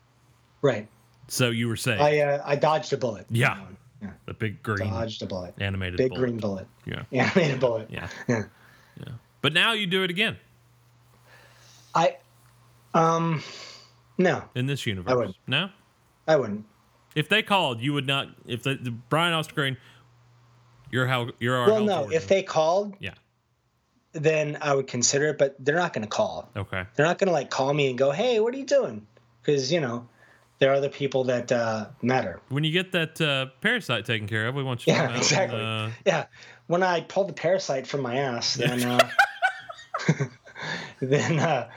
Speaker 9: right.
Speaker 6: So you were saying,
Speaker 9: I uh, I dodged a bullet.
Speaker 6: yeah,
Speaker 9: Yeah.
Speaker 6: the big green
Speaker 9: Dodged a bullet.
Speaker 6: animated
Speaker 9: Big
Speaker 6: bullet.
Speaker 9: green bullet.
Speaker 6: Yeah.
Speaker 9: Yeah, I made a bullet.
Speaker 6: Yeah.
Speaker 9: Yeah.
Speaker 6: But now you do it again
Speaker 9: I, um, no,
Speaker 6: in this universe.
Speaker 9: I wouldn't.
Speaker 6: No?
Speaker 9: I wouldn't.
Speaker 6: If they called, you would not. If the, the Brian Austin Green, you're how you're our.
Speaker 9: Well,
Speaker 6: Hal
Speaker 9: no,
Speaker 6: Jordan.
Speaker 9: if they called,
Speaker 6: Yeah.
Speaker 9: then I would consider it, but they're not going to call.
Speaker 6: Okay.
Speaker 9: They're not going to like call me and go, hey, what are you doing? Because, you know, there are other people that uh, matter.
Speaker 6: When you get that uh, parasite taken care of, we want you. to
Speaker 9: Yeah,
Speaker 6: come out and,
Speaker 9: exactly.
Speaker 6: uh,
Speaker 9: Yeah. When I pulled the parasite from my ass, then, uh, then, uh,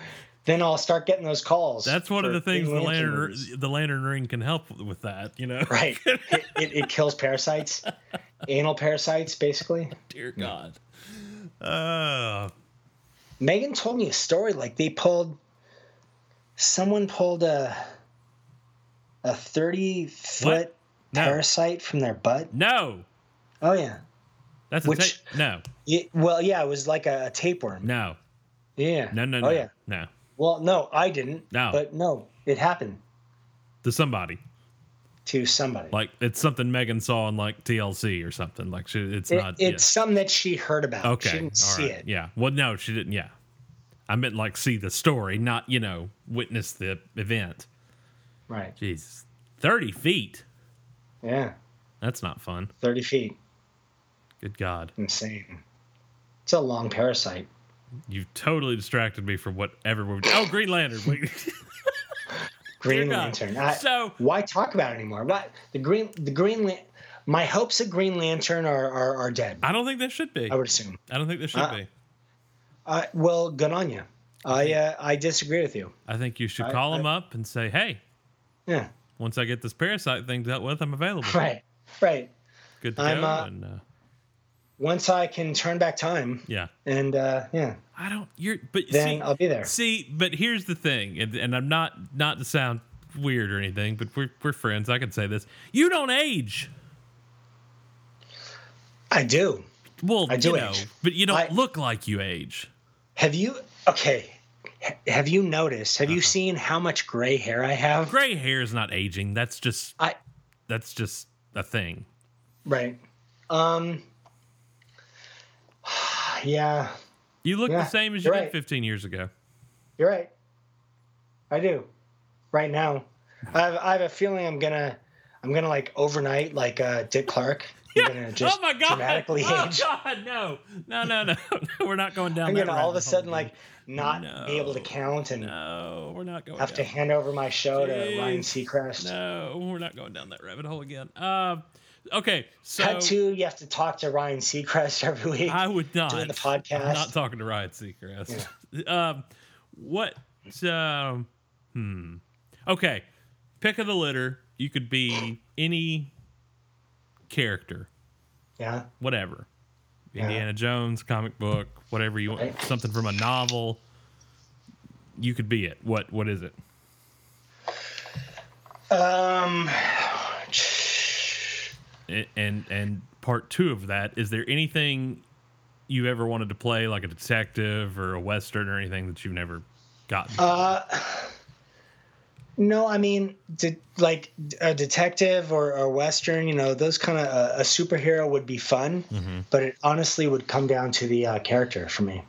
Speaker 9: then I'll start getting those calls.
Speaker 6: that's one of
Speaker 9: for
Speaker 6: the things
Speaker 9: Green
Speaker 6: the
Speaker 9: Lantern
Speaker 6: lantern
Speaker 9: movies.
Speaker 6: the lantern ring can help with that. You know.
Speaker 9: Right. it, it, it kills parasites, anal parasites, basically.
Speaker 6: Dear God. Uh,
Speaker 9: Megan told me a story like they pulled someone pulled a a 30 foot
Speaker 6: What? No.
Speaker 9: parasite from their butt.
Speaker 6: no.
Speaker 9: Oh yeah.
Speaker 6: That's a
Speaker 9: Which-
Speaker 6: ta- no,
Speaker 9: It, well, yeah, it was like a, a tapeworm.
Speaker 6: no,
Speaker 9: Yeah.
Speaker 6: no, no,
Speaker 9: Oh
Speaker 6: no,
Speaker 9: yeah.
Speaker 6: no.
Speaker 9: Well, no, I didn't.
Speaker 6: No.
Speaker 9: But no, it happened
Speaker 6: To somebody,
Speaker 9: to somebody.
Speaker 6: like it's something Megan saw on like TLC or something. Like she, it's
Speaker 9: It-
Speaker 6: not.
Speaker 9: it's something that she heard about.
Speaker 6: yeah. okay.
Speaker 9: She didn't
Speaker 6: all
Speaker 9: see
Speaker 6: right,
Speaker 9: it.
Speaker 6: Yeah. Well, no, she didn't. Yeah, I meant like see the story, not you know witness the event.
Speaker 9: Right.
Speaker 6: Jeez, thirty feet.
Speaker 9: Yeah.
Speaker 6: That's not fun.
Speaker 9: 30 feet.
Speaker 6: Good God,
Speaker 9: Insane. It's a long parasite.
Speaker 6: you totally distracted me from whatever. We were, oh, Green Lantern. We-
Speaker 9: Green
Speaker 6: God.
Speaker 9: Lantern. I,
Speaker 6: So-
Speaker 9: why talk about it anymore? Why the Green the Green Lan- My hopes of Green Lantern are are, are dead.
Speaker 6: I don't think that should be.
Speaker 9: I would assume.
Speaker 6: I don't think that should
Speaker 9: Uh,
Speaker 6: be.
Speaker 9: Uh, well, good on you. I uh,
Speaker 6: Mm-hmm.
Speaker 9: I disagree with you.
Speaker 6: I think you should call him up and say, hey,
Speaker 9: Yeah.
Speaker 6: once I get this parasite thing dealt with, I'm available.
Speaker 9: Right. Right.
Speaker 6: Good to
Speaker 9: I'm,
Speaker 6: go.
Speaker 9: uh,
Speaker 6: and, uh,
Speaker 9: Once I can turn back time
Speaker 6: yeah.
Speaker 9: and uh, yeah,
Speaker 6: I don't. You're. But
Speaker 9: then uh,
Speaker 6: see,
Speaker 9: I'll be there.
Speaker 6: see, but here's the thing, and, and I'm not not to sound weird or anything, but we're we're friends. I can say this. You don't age.
Speaker 9: I do.
Speaker 6: Well,
Speaker 9: I do
Speaker 6: you know,
Speaker 9: age.
Speaker 6: but you don't
Speaker 9: I-
Speaker 6: look like you age.
Speaker 9: Have you okay? H- Have you noticed? Have you seen how much gray hair I have?
Speaker 6: Uh-huh. Gray hair is not aging. That's just
Speaker 9: I
Speaker 6: that's just a thing.
Speaker 9: right. Um. Yeah,
Speaker 6: You look
Speaker 9: Yeah,
Speaker 6: the same as you
Speaker 9: you're
Speaker 6: did
Speaker 9: right.
Speaker 6: 15 years ago.
Speaker 9: you're right. I do. Right now, I have, I have a feeling I'm gonna I'm gonna like overnight like uh, Dick Clark. I'm gonna just
Speaker 6: oh my god!
Speaker 9: dramatically
Speaker 6: oh
Speaker 9: age.
Speaker 6: god! No, no, no, no! We're not going down.
Speaker 9: I'm
Speaker 6: that
Speaker 9: gonna
Speaker 6: rabbit
Speaker 9: all of
Speaker 6: hole
Speaker 9: a sudden
Speaker 6: again.
Speaker 9: like not be able to
Speaker 6: No.
Speaker 9: count and
Speaker 6: No, we're not going.
Speaker 9: have to
Speaker 6: down.
Speaker 9: hand over my show to Ryan
Speaker 6: Jeez.
Speaker 9: Seacrest.
Speaker 6: No, we're not going down that rabbit hole again. Uh, okay, so
Speaker 9: Cut two, you have to talk to Ryan Seacrest every week.
Speaker 6: I would not
Speaker 9: doing the podcast.
Speaker 6: I'm not talking to Riot Seacrest. um, what? Um, hmm. Okay, pick of the litter. You could be any character,
Speaker 9: yeah.
Speaker 6: whatever. Indiana Jones, comic book, whatever you want,
Speaker 9: Right.
Speaker 6: something from a novel. You could be it. What? What is it?
Speaker 9: Um,
Speaker 6: A- and and part two of that is there anything you ever wanted to play like a detective or a western or anything that you've never gotten
Speaker 9: Uh, no, I mean, de- like a detective or a western, you know, those kind of uh, a superhero would be fun, but it honestly would come down to the uh, character for me.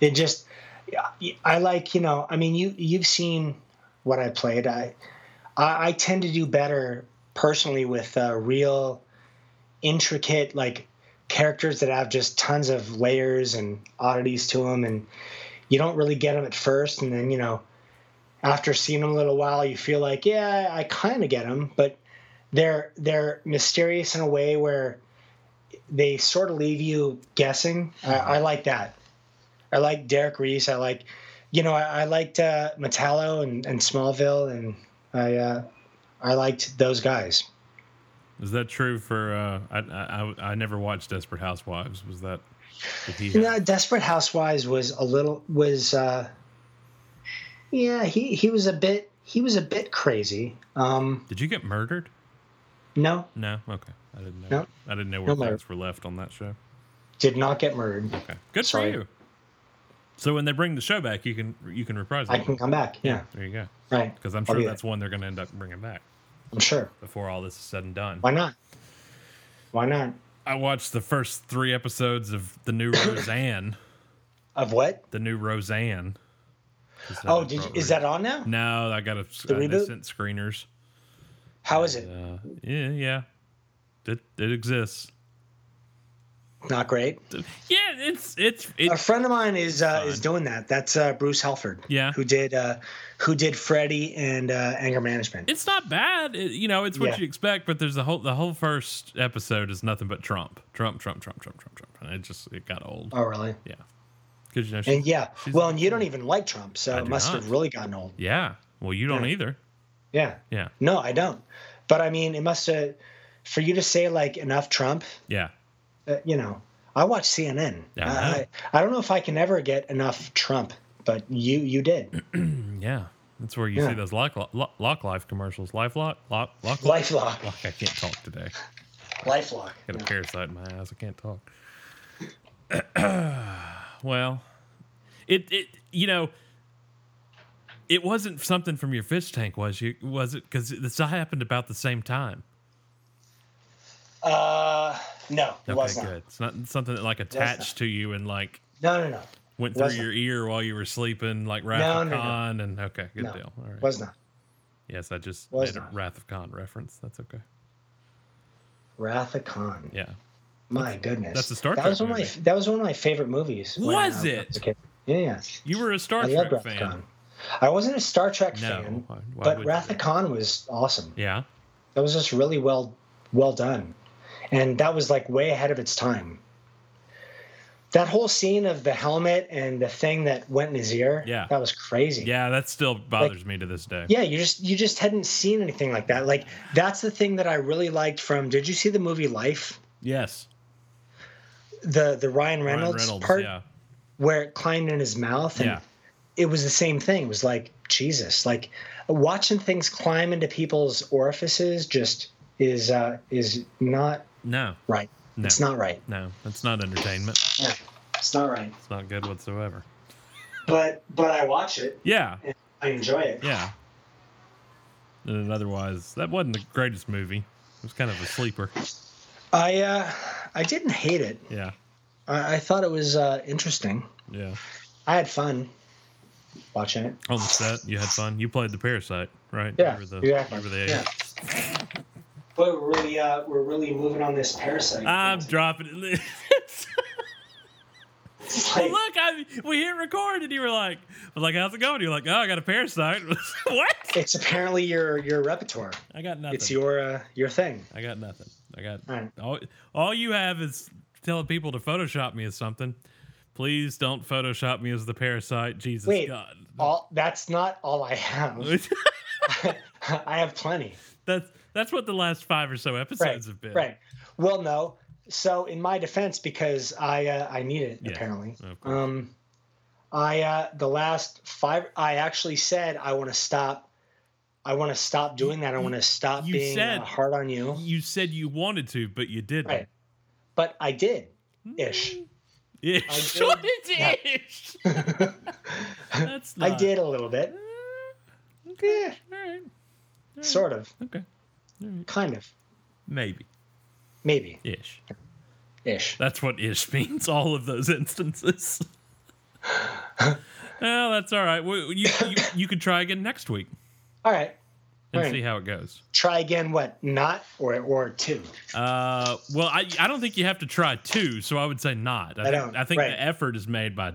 Speaker 9: It just, I- I like, you know, I mean, you you've seen what I played. I I, I tend to do better personally with uh, real intricate like characters that have just tons of layers and oddities to them and you don't really get them at first and then you know after seeing them a little while you feel like yeah i kind of get them but they're they're mysterious in a way where they sort of leave you guessing i, I like that i like derek reese i like you know i, I liked uh, metallo and, and smallville and i uh, i liked those guys
Speaker 6: is that true for uh I, I i I never watched desperate housewives was that did he
Speaker 9: No, Desperate Housewives was a little was uh yeah, he he was a bit he was a bit crazy. Um
Speaker 6: did you get murdered
Speaker 9: no,
Speaker 6: no okay i didn't know
Speaker 9: No.
Speaker 6: i didn't know
Speaker 9: No
Speaker 6: where
Speaker 9: murder.
Speaker 6: things were left on that show
Speaker 9: did not get murdered.
Speaker 6: okay good
Speaker 9: Sorry.
Speaker 6: for you so when they bring the show back you can you can reprise
Speaker 9: I
Speaker 6: it
Speaker 9: can come back. Yeah. Oh,
Speaker 6: there you go
Speaker 9: Right.
Speaker 6: because i'm
Speaker 9: I'll
Speaker 6: sure
Speaker 9: be there.
Speaker 6: that's one they're going to end up bringing back
Speaker 9: I'm sure.
Speaker 6: before all this is said and done
Speaker 9: Why not? Why not?
Speaker 6: I watched the first three episodes of the new Roseanne.
Speaker 9: Of what?
Speaker 6: The new Roseanne. Is that
Speaker 9: Oh,
Speaker 6: a
Speaker 9: did you,
Speaker 6: proper-
Speaker 9: is that on now?
Speaker 6: No, I got a,
Speaker 9: The
Speaker 6: uh, they
Speaker 9: reboot?
Speaker 6: sent screeners.
Speaker 9: How is it?
Speaker 6: Uh, yeah, yeah, it it exists.
Speaker 9: Not great.
Speaker 6: Yeah, it's it's
Speaker 9: A
Speaker 6: it.
Speaker 9: friend of mine is uh, is doing that. That's uh, Bruce Helford.
Speaker 6: Yeah.
Speaker 9: Who did uh, who did Freddy and uh, Anger Management.
Speaker 6: It's not bad. It- you know, it's what
Speaker 9: Yeah.
Speaker 6: you expect. But there's a whole the whole first episode is nothing but Trump, Trump, Trump, Trump, Trump, Trump, Trump, and it just it got old.
Speaker 9: oh really?
Speaker 6: Yeah, because you know, she,
Speaker 9: And yeah.
Speaker 6: She's-
Speaker 9: well, and you don't even like Trump, so it
Speaker 6: do
Speaker 9: must
Speaker 6: not.
Speaker 9: have really gotten old.
Speaker 6: yeah. Well, you don't
Speaker 9: Yeah.
Speaker 6: either.
Speaker 9: Yeah.
Speaker 6: Yeah,
Speaker 9: No, I don't. But I mean, it must have, for you to say like enough Trump,
Speaker 6: yeah.
Speaker 9: uh, you know, I watch CNN.
Speaker 6: Yeah, I know.
Speaker 9: I, I, I don't know if I can ever get enough Trump, but you you did.
Speaker 6: Yeah, that's where you
Speaker 9: Yeah.
Speaker 6: see those lock, lock lock life commercials. Life lock lock lock lock.
Speaker 9: Lifelock,
Speaker 6: Lock, I can't talk today.
Speaker 9: lifelock.
Speaker 6: Got a parasite in my eyes. I can't talk. well, it it you know, it wasn't something from your fish tank, was you? Was it? Because this happened about the same time.
Speaker 9: Uh, no, it
Speaker 6: Okay,
Speaker 9: was not.
Speaker 6: good. It's not something that like
Speaker 9: not.
Speaker 6: attached to you and like
Speaker 9: No, no, no,
Speaker 6: went
Speaker 9: Was
Speaker 6: through your ear while you were sleeping, like Wrath
Speaker 9: No,
Speaker 6: of
Speaker 9: no, no.
Speaker 6: Khan. And okay, good
Speaker 9: No.
Speaker 6: deal. All right.
Speaker 9: was not.
Speaker 6: yes, I just
Speaker 9: was
Speaker 6: made a
Speaker 9: not.
Speaker 6: Wrath of Khan reference. That's okay.
Speaker 9: Wrath of Khan.
Speaker 6: Yeah.
Speaker 9: My goodness,
Speaker 6: that's a Star
Speaker 9: That was
Speaker 6: Trek
Speaker 9: one of
Speaker 6: movie.
Speaker 9: my that was one of my favorite movies. when,
Speaker 6: Was
Speaker 9: uh, when I
Speaker 6: it?
Speaker 9: a kid. Yeah, yeah.
Speaker 6: You were a Star
Speaker 9: I
Speaker 6: Trek
Speaker 9: loved Wrath of
Speaker 6: fan.
Speaker 9: Khan. I wasn't a Star Trek
Speaker 6: No,
Speaker 9: fan,
Speaker 6: why- why would
Speaker 9: but
Speaker 6: you
Speaker 9: Wrath
Speaker 6: be?
Speaker 9: of Khan was awesome.
Speaker 6: Yeah.
Speaker 9: that was just really well well done and that was like way ahead of its time That whole scene of the helmet and the thing that went in his ear,
Speaker 6: Yeah.
Speaker 9: that was crazy.
Speaker 6: Yeah, that still bothers me to this day.
Speaker 9: Yeah, you just you just hadn't seen anything like that. Like that's the thing that I really liked from. Did you see the movie Life?
Speaker 6: Yes.
Speaker 9: The the Ryan
Speaker 6: Ryan
Speaker 9: Reynolds,
Speaker 6: Reynolds,
Speaker 9: part
Speaker 6: yeah.
Speaker 9: where it climbed in his mouth, and
Speaker 6: Yeah.
Speaker 9: it was the same thing. It was like Jesus, like watching things climb into people's orifices just is uh, is not
Speaker 6: No.
Speaker 9: right.
Speaker 6: No.
Speaker 9: It's not right.
Speaker 6: No. That's not entertainment.
Speaker 9: Yeah, it's not right.
Speaker 6: It's not good whatsoever.
Speaker 9: But but I watch it.
Speaker 6: Yeah.
Speaker 9: I enjoy it.
Speaker 6: Yeah. And otherwise, that wasn't the greatest movie. It was kind of a sleeper.
Speaker 9: I uh, I didn't hate it.
Speaker 6: Yeah.
Speaker 9: I, I thought it was uh, interesting.
Speaker 6: Yeah.
Speaker 9: I had fun watching it.
Speaker 6: On the set, you had fun. You played the parasite, right?
Speaker 9: Yeah,
Speaker 6: You were the,
Speaker 9: exactly.
Speaker 6: you were the
Speaker 9: Yeah. But we're really, uh, we're really moving on this parasite.
Speaker 6: I'm
Speaker 9: thing.
Speaker 6: dropping it.
Speaker 9: It's
Speaker 6: Well,
Speaker 9: like,
Speaker 6: look, I we hit record, and you were like, I was like, how's it going? You're like, oh, I got a parasite. what?
Speaker 9: it's apparently your your repertoire.
Speaker 6: I got nothing.
Speaker 9: It's your uh, your thing.
Speaker 6: I got nothing. I got
Speaker 9: All right.
Speaker 6: all, all you have is telling people to Photoshop me as something. Please don't Photoshop me as the parasite. Jesus
Speaker 9: Wait,
Speaker 6: God.
Speaker 9: all that's not all I have. I have plenty.
Speaker 6: that's that's what the last five or so
Speaker 9: Right,
Speaker 6: episodes have been.
Speaker 9: right. Well, no. So in my defense, because I uh, I need it
Speaker 6: Yeah,
Speaker 9: apparently.
Speaker 6: of course.
Speaker 9: Um, I uh, the last five. I actually said I want to stop. I want to stop doing that. I want to stop
Speaker 6: you
Speaker 9: being
Speaker 6: said-
Speaker 9: uh, hard on you.
Speaker 6: You said you wanted to, but you didn't.
Speaker 9: Right. But I did, ish.
Speaker 6: Ish.
Speaker 9: I
Speaker 6: What is ish? That's
Speaker 9: I
Speaker 6: not- Uh,
Speaker 9: did a little bit. Yeah,
Speaker 6: All right.
Speaker 9: sort of,
Speaker 6: Okay.
Speaker 9: kind of,
Speaker 6: Maybe.
Speaker 9: maybe
Speaker 6: Ish.
Speaker 9: ish.
Speaker 6: That's what ish means. All of those instances. well, that's all right. Well, you, you you could try again next week
Speaker 9: All right.
Speaker 6: and
Speaker 9: All right.
Speaker 6: see how it goes.
Speaker 9: Try again. What? Not or or two?
Speaker 6: Uh, well, I I don't think you have to try two, so I would say not. I, think,
Speaker 9: don't,
Speaker 6: I think
Speaker 9: right.
Speaker 6: the effort is made by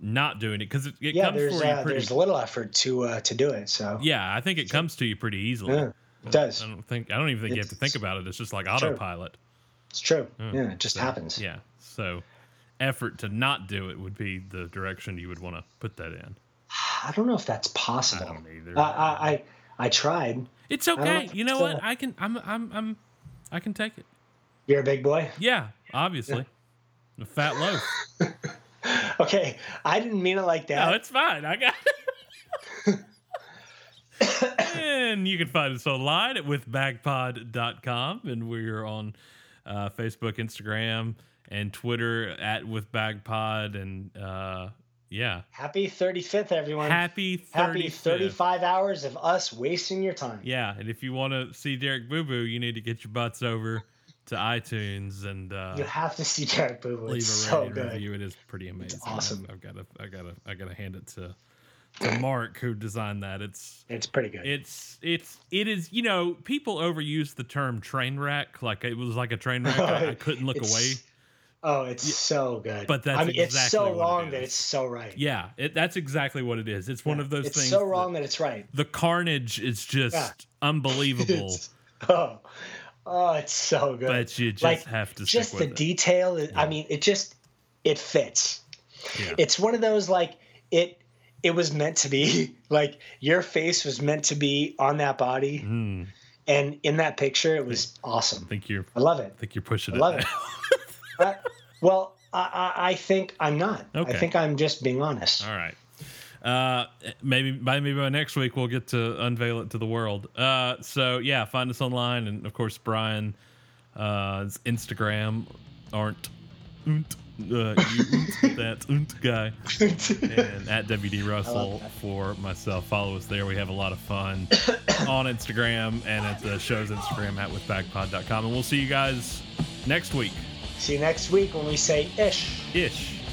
Speaker 6: not doing it because it, it
Speaker 9: Yeah.
Speaker 6: comes
Speaker 9: There's
Speaker 6: for you
Speaker 9: uh,
Speaker 6: pretty.
Speaker 9: there's a little effort to uh, to do it. So
Speaker 6: Yeah, Mm. I think it comes to you pretty easily.
Speaker 9: Yeah, it
Speaker 6: I
Speaker 9: does.
Speaker 6: don't think I don't even think you have to think
Speaker 9: It's-
Speaker 6: about it. It's just like autopilot.
Speaker 9: It's true. Yeah. It just happens.
Speaker 6: Mm. Hmm. Yeah. So effort to not do it would be the direction you would want to put that in.
Speaker 9: I don't know if that's possible.
Speaker 6: don't either.
Speaker 9: I I I, I tried.
Speaker 6: It's
Speaker 9: I
Speaker 6: okay.
Speaker 9: don't-
Speaker 6: You know
Speaker 9: uh,
Speaker 6: what? I can I'm I'm I'm I can take it.
Speaker 9: You're a big boy.
Speaker 6: Yeah, obviously. The fat loaf.
Speaker 9: Okay. I didn't mean it like that.
Speaker 6: No, it's fine. I got it. and you can find us online at withbagpod.com. And we're on uh, Facebook, Instagram, and Twitter at withbagpod. And uh, yeah,
Speaker 9: Happy 35th, everyone.
Speaker 6: happy 35th.
Speaker 9: Happy 35 hours of us wasting your time.
Speaker 6: Yeah, and if you want to see Derek Boo Boo, you need to get your butts over to iTunes and uh,
Speaker 9: You have to see Derek Boo Boo.
Speaker 6: leave
Speaker 9: It's
Speaker 6: a
Speaker 9: so
Speaker 6: rating
Speaker 9: good.
Speaker 6: review. It is pretty amazing.
Speaker 9: awesome.
Speaker 6: I've got to, I got to, I got to hand it to to Mark who designed that. It's
Speaker 9: It's pretty good.
Speaker 6: It's it's it is you know people overuse the term train wreck like it was like a train wreck I, I couldn't look
Speaker 9: It's-
Speaker 6: away
Speaker 9: Oh, it's so good.
Speaker 6: But that's
Speaker 9: I mean, it's
Speaker 6: exactly
Speaker 9: so
Speaker 6: what it
Speaker 9: wrong that
Speaker 6: is.
Speaker 9: it's so right.
Speaker 6: yeah it, that's exactly what it is it's one of those
Speaker 9: it's
Speaker 6: things
Speaker 9: so
Speaker 6: that-
Speaker 9: wrong that, it's right.
Speaker 6: the carnage is just unbelievable
Speaker 9: It's- oh, oh, it's so good.
Speaker 6: but you just
Speaker 9: Like,
Speaker 6: have to
Speaker 9: just
Speaker 6: stick
Speaker 9: the
Speaker 6: with it.
Speaker 9: detail. is- I mean, it just it fits.
Speaker 6: Yeah.
Speaker 9: It's one of those like it. It was meant to be like your face was meant to be on that body,
Speaker 6: Mm,
Speaker 9: and in that picture, it was awesome.
Speaker 6: think you're
Speaker 9: I love it.
Speaker 6: think you're pushing
Speaker 9: I love
Speaker 6: it
Speaker 9: it. I- well, I, I, I think I'm not.
Speaker 6: Okay.
Speaker 9: I think I'm just being honest.
Speaker 6: all right uh maybe maybe by next week we'll get to unveil it to the world uh so yeah find us online and of course Brian uh, his Instagram aren't oont, uh, you oont, that oont guy and at WD Russell for myself. Follow us there. We have a lot of fun on Instagram and at the show's Instagram at withbagpod.com. And we'll see you guys next week
Speaker 9: See you next week when we say ish.
Speaker 6: ish.